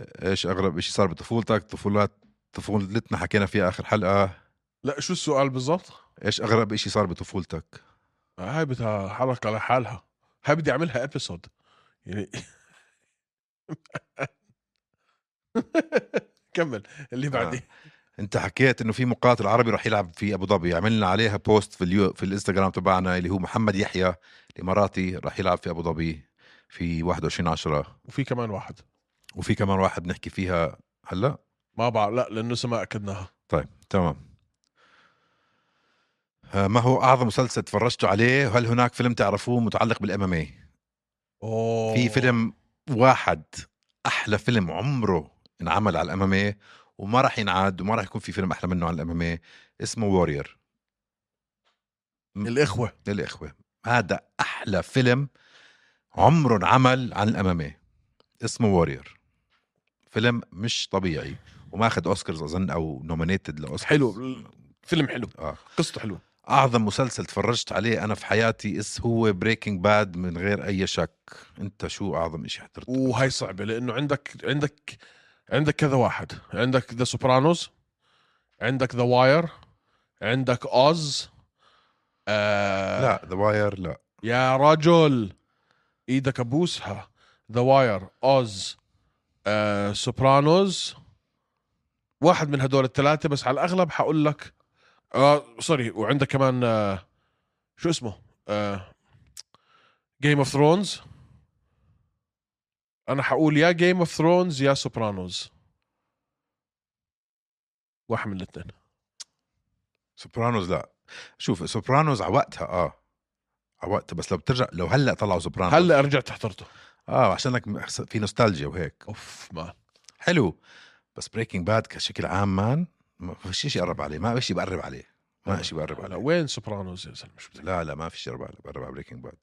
S1: ايش اغرب شيء صار بطفولتك طفولات طفولتنا حكينا فيها اخر حلقة
S3: لا شو السؤال بالضبط؟
S1: ايش اغرب شيء صار بطفولتك
S3: هاي بدها حلقه لحالها هاي بدي اعملها ابيسود يعني كمل
S1: آه.
S3: اللي بعديه
S1: انت حكيت انه في مقاتل عربي رح يلعب في ابو ظبي عملنا عليها بوست في اليو في الانستغرام تبعنا اللي هو محمد يحيى الاماراتي رح يلعب في ابو ظبي في 21 10
S3: وفي كمان واحد
S1: وفي كمان واحد بنحكي فيها هلا
S3: ما بعرف لا لانه سما اكدناها
S1: طيب تمام آه، ما هو اعظم مسلسل تفرجتوا عليه وهل هناك فيلم تعرفوه متعلق بالام ام
S3: اوه
S1: في فيلم واحد احلى فيلم عمره انعمل على الام ام وما راح ينعاد وما راح يكون في فيلم احلى منه على الام ام اسمه وورير
S3: الاخوه
S1: للإخوة هذا أحلى فيلم عمره انعمل عن الأمامي اسمه وورير فيلم مش طبيعي وماخذ أوسكارز أظن أو نومينيتد لأوسكارز
S3: حلو فيلم حلو
S1: آه.
S3: قصته حلوه
S1: أعظم مسلسل تفرجت عليه أنا في حياتي اس هو بريكنج باد من غير أي شك أنت شو أعظم إشي حضرته
S3: وهي صعبه لانه عندك عندك عندك كذا واحد عندك ذا سوبرانوز عندك ذا واير عندك اوز آه
S1: لا ذا واير لا
S3: يا رجل ايدك ابوسها ذا واير اوز آه، سوبرانوز واحد من هدول الثلاثه بس على الاغلب حقول لك آه سوري وعندك كمان آه شو آه، اسمه جيم اوف ثرونز انا حقول يا جيم اوف ثرونز يا سوبرانوز واحد من الاثنين
S1: سوبرانوز لا شوف سوبرانوز على وقتها اه على وقتها بس لو بترجع لو هلا طلعوا سوبرانوز
S3: هلا رجعت حضرته
S1: اه عشانك م- في نوستالجيا وهيك
S3: اوف مان
S1: حلو بس بريكنج باد كشكل عام مان ما فيش شيء يقرب عليه ما في شيء بقرب عليه
S3: آه.
S1: ما شيء بقرب
S3: هلا
S1: عليه
S3: وين سوبرانوز يا زلمه شو بتحكي؟
S1: لا لا ما في شيء بقرب عليه بقرب على بريكنج باد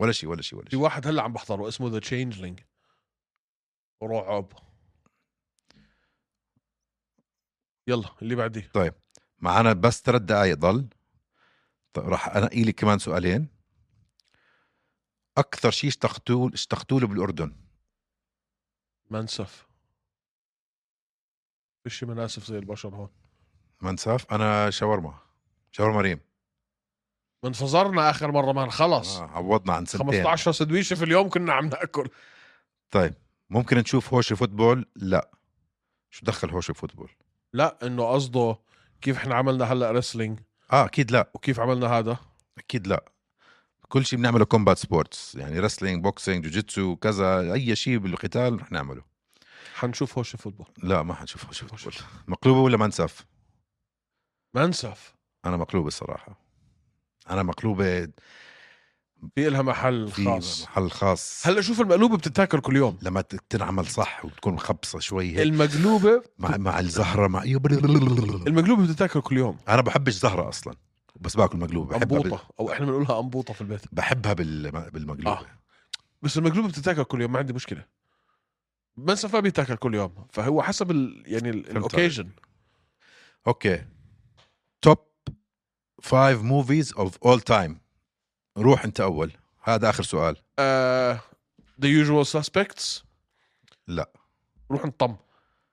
S1: ولا شيء ولا شيء ولا
S3: في
S1: شيء
S3: واحد هلا عم بحضره اسمه ذا تشينجلينج رعب يلا اللي بعديه
S1: معنا بس ثلاث دقائق ضل طيب راح انقي لك كمان سؤالين اكثر شيء اشتقتوا اشتقتوا له بالاردن
S3: منسف فيش مناسف زي البشر هون
S1: منسف انا شاورما شاورما ريم
S3: انفجرنا اخر مره مان خلص
S1: آه عوضنا عن سنتين
S3: 15 سندويشه في اليوم كنا عم ناكل
S1: ممكن نشوف هوش فوتبول لا شو دخل هوش فوتبول
S3: لا انه قصده كيف احنا عملنا هلا ريسلينج
S1: اه اكيد لا
S3: وكيف عملنا هذا
S1: اكيد لا كل شيء بنعمله كومبات سبورتس يعني رسلينج بوكسينج جوجيتسو كذا اي شيء بالقتال رح نعمله
S3: حنشوف هوش فوتبول
S1: لا ما حنشوف هوش
S3: هوش
S1: فوتبول مقلوبه ولا منسف
S3: منسف
S1: انا مقلوبه الصراحه انا مقلوبه
S3: في لها محل
S1: في
S3: خاص
S1: محل خاص
S3: هلا شوف المقلوبه بتتاكل كل يوم
S1: لما ت- تنعمل صح وتكون مخبصه شوي هيك
S3: المقلوبه
S1: مع, مع الزهره مع أيوه.
S3: المقلوبه بتتاكل كل يوم
S1: انا بحبش زهره اصلا بس باكل مقلوبه بحبها بال...
S3: انبوطه او احنا بنقولها انبوطه في البيت
S1: بحبها بال... بالمقلوبه
S3: آه. بس المقلوبه بتتاكل كل يوم ما عندي مشكله منسف ما بيتاكل كل يوم فهو حسب ال... يعني
S1: فهمت
S3: الاوكيجن
S1: اوكي توب فايف موفيز اوف اول تايم روح انت اول هذا اخر سؤال
S3: آه، ذا يوجوال سسبكتس
S1: لا.
S3: روح نطم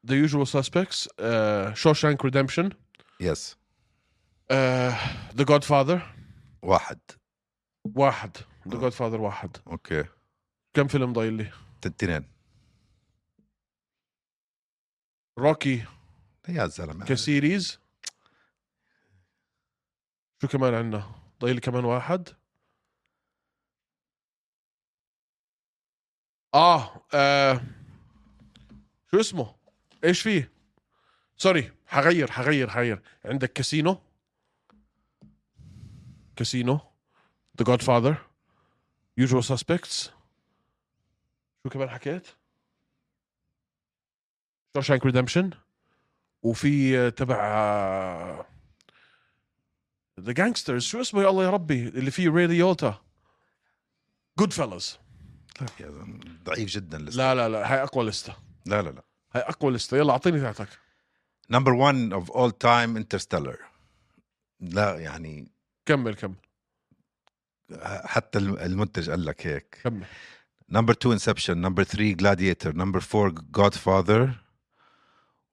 S3: ذا يوجوال سسبكتس آه، شوشانك ريدمشن
S1: يس
S3: آه، ذا جود فاذر
S1: واحد
S3: واحد ذا جود فاذر واحد
S1: اوكي
S3: كم فيلم ضايل لي؟
S1: تنتين
S3: روكي
S1: يا زلمه
S3: كسيريز شو كمان عندنا؟ ضايل لي كمان واحد آه, اه شو اسمه؟ ايش فيه؟ سوري حغير حغير حغير عندك كاسينو كاسينو ذا جاد فاذر يوجوال سسبكتس شو كمان حكيت؟ شوشانك ريدمشن وفي آه، تبع ذا جانجسترز شو اسمه يا الله يا ربي اللي فيه ري ليوتا جود فيلز
S1: يا زلمة، ضعيف جدا لسه
S3: لا لا لا هاي اقوى لستة
S1: لا لا لا
S3: هاي اقوى لستة يلا اعطيني تاعتك
S1: نمبر 1 اوف اول تايم انترستيلر لا يعني
S3: كمل كمل
S1: حتى الم- المنتج قال لك هيك
S3: كمل
S1: نمبر 2 انسبشن نمبر 3 جلاديتر نمبر 4 جاد فاذر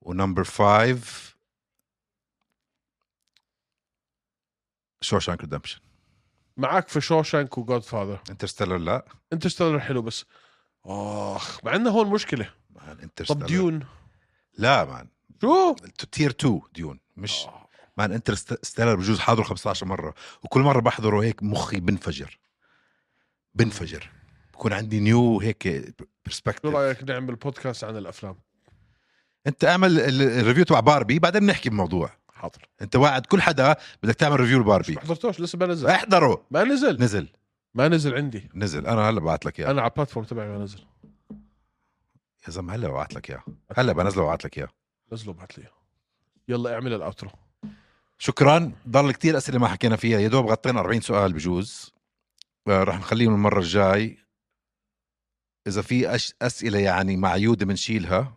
S1: ونمبر 5 شوشانك ريدمشن
S3: معك في شوشانك وجود فاذر
S1: انترستيلر لا
S3: انترستيلر حلو بس اخ مع انه هون مشكلة
S1: مان
S3: طب
S1: انترستيلر
S3: ديون
S1: لا مان
S3: شو؟ آه،
S1: تير 2 ديون مش مان انترستيلر بجوز حاضره 15 مره وكل مره بحضره هيك مخي بنفجر بنفجر بكون عندي نيو هيك
S3: شو
S1: برسبكتيف
S3: رايك نعمل بودكاست عن الافلام؟
S1: انت اعمل ال- الريفيو تبع باربي بعدين بنحكي بموضوع
S3: حاضر
S1: انت واعد كل حدا بدك تعمل ريفيو لباربي
S3: ما حضرتوش لسه ما نزل
S1: احضره
S3: ما نزل
S1: نزل
S3: ما نزل عندي
S1: نزل انا هلا بعت لك اياه
S3: انا على البلاتفورم تبعي ما نزل
S1: يا زلمه هلا بعت لك اياه هلا بنزله وبعت لك اياه
S3: نزله ابعت لي يلا اعمل الاوترو
S1: شكرا ضل كتير اسئله ما حكينا فيها يا دوب غطينا 40 سؤال بجوز آه، رح نخليهم المره الجاي اذا في أش... اسئله يعني معيوده بنشيلها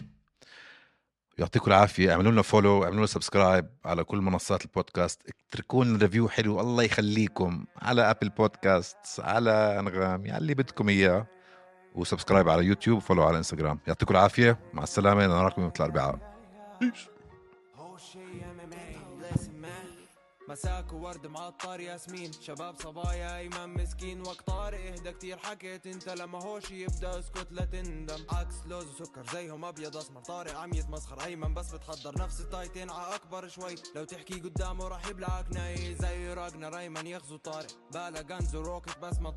S1: يعطيكم العافيه اعملوا لنا فولو اعملوا لنا سبسكرايب على كل منصات البودكاست اتركوا لنا ريفيو حلو الله يخليكم على ابل بودكاست على انغام يعني اللي بدكم اياه وسبسكرايب على يوتيوب فولو على انستغرام يعطيكم العافيه مع السلامه نراكم يوم الاربعاء
S4: هوش شي ام ام اي ليس مان مساك وورد معطر ياسمين شباب صبايا ايمن مسكين وقت طارق اهدى كتير حكيت انت لما هوش يبدا اسكت لا تندم عكس لوز وسكر زيهم ابيض اسمر طارق عم يتمسخر ايمن بس بتحضر نفس التايتين ع اكبر شوي لو تحكي قدامه راح يبلعك ناي زي راجنا ريمان يغزو طارق بالا غنز وروكت بس ما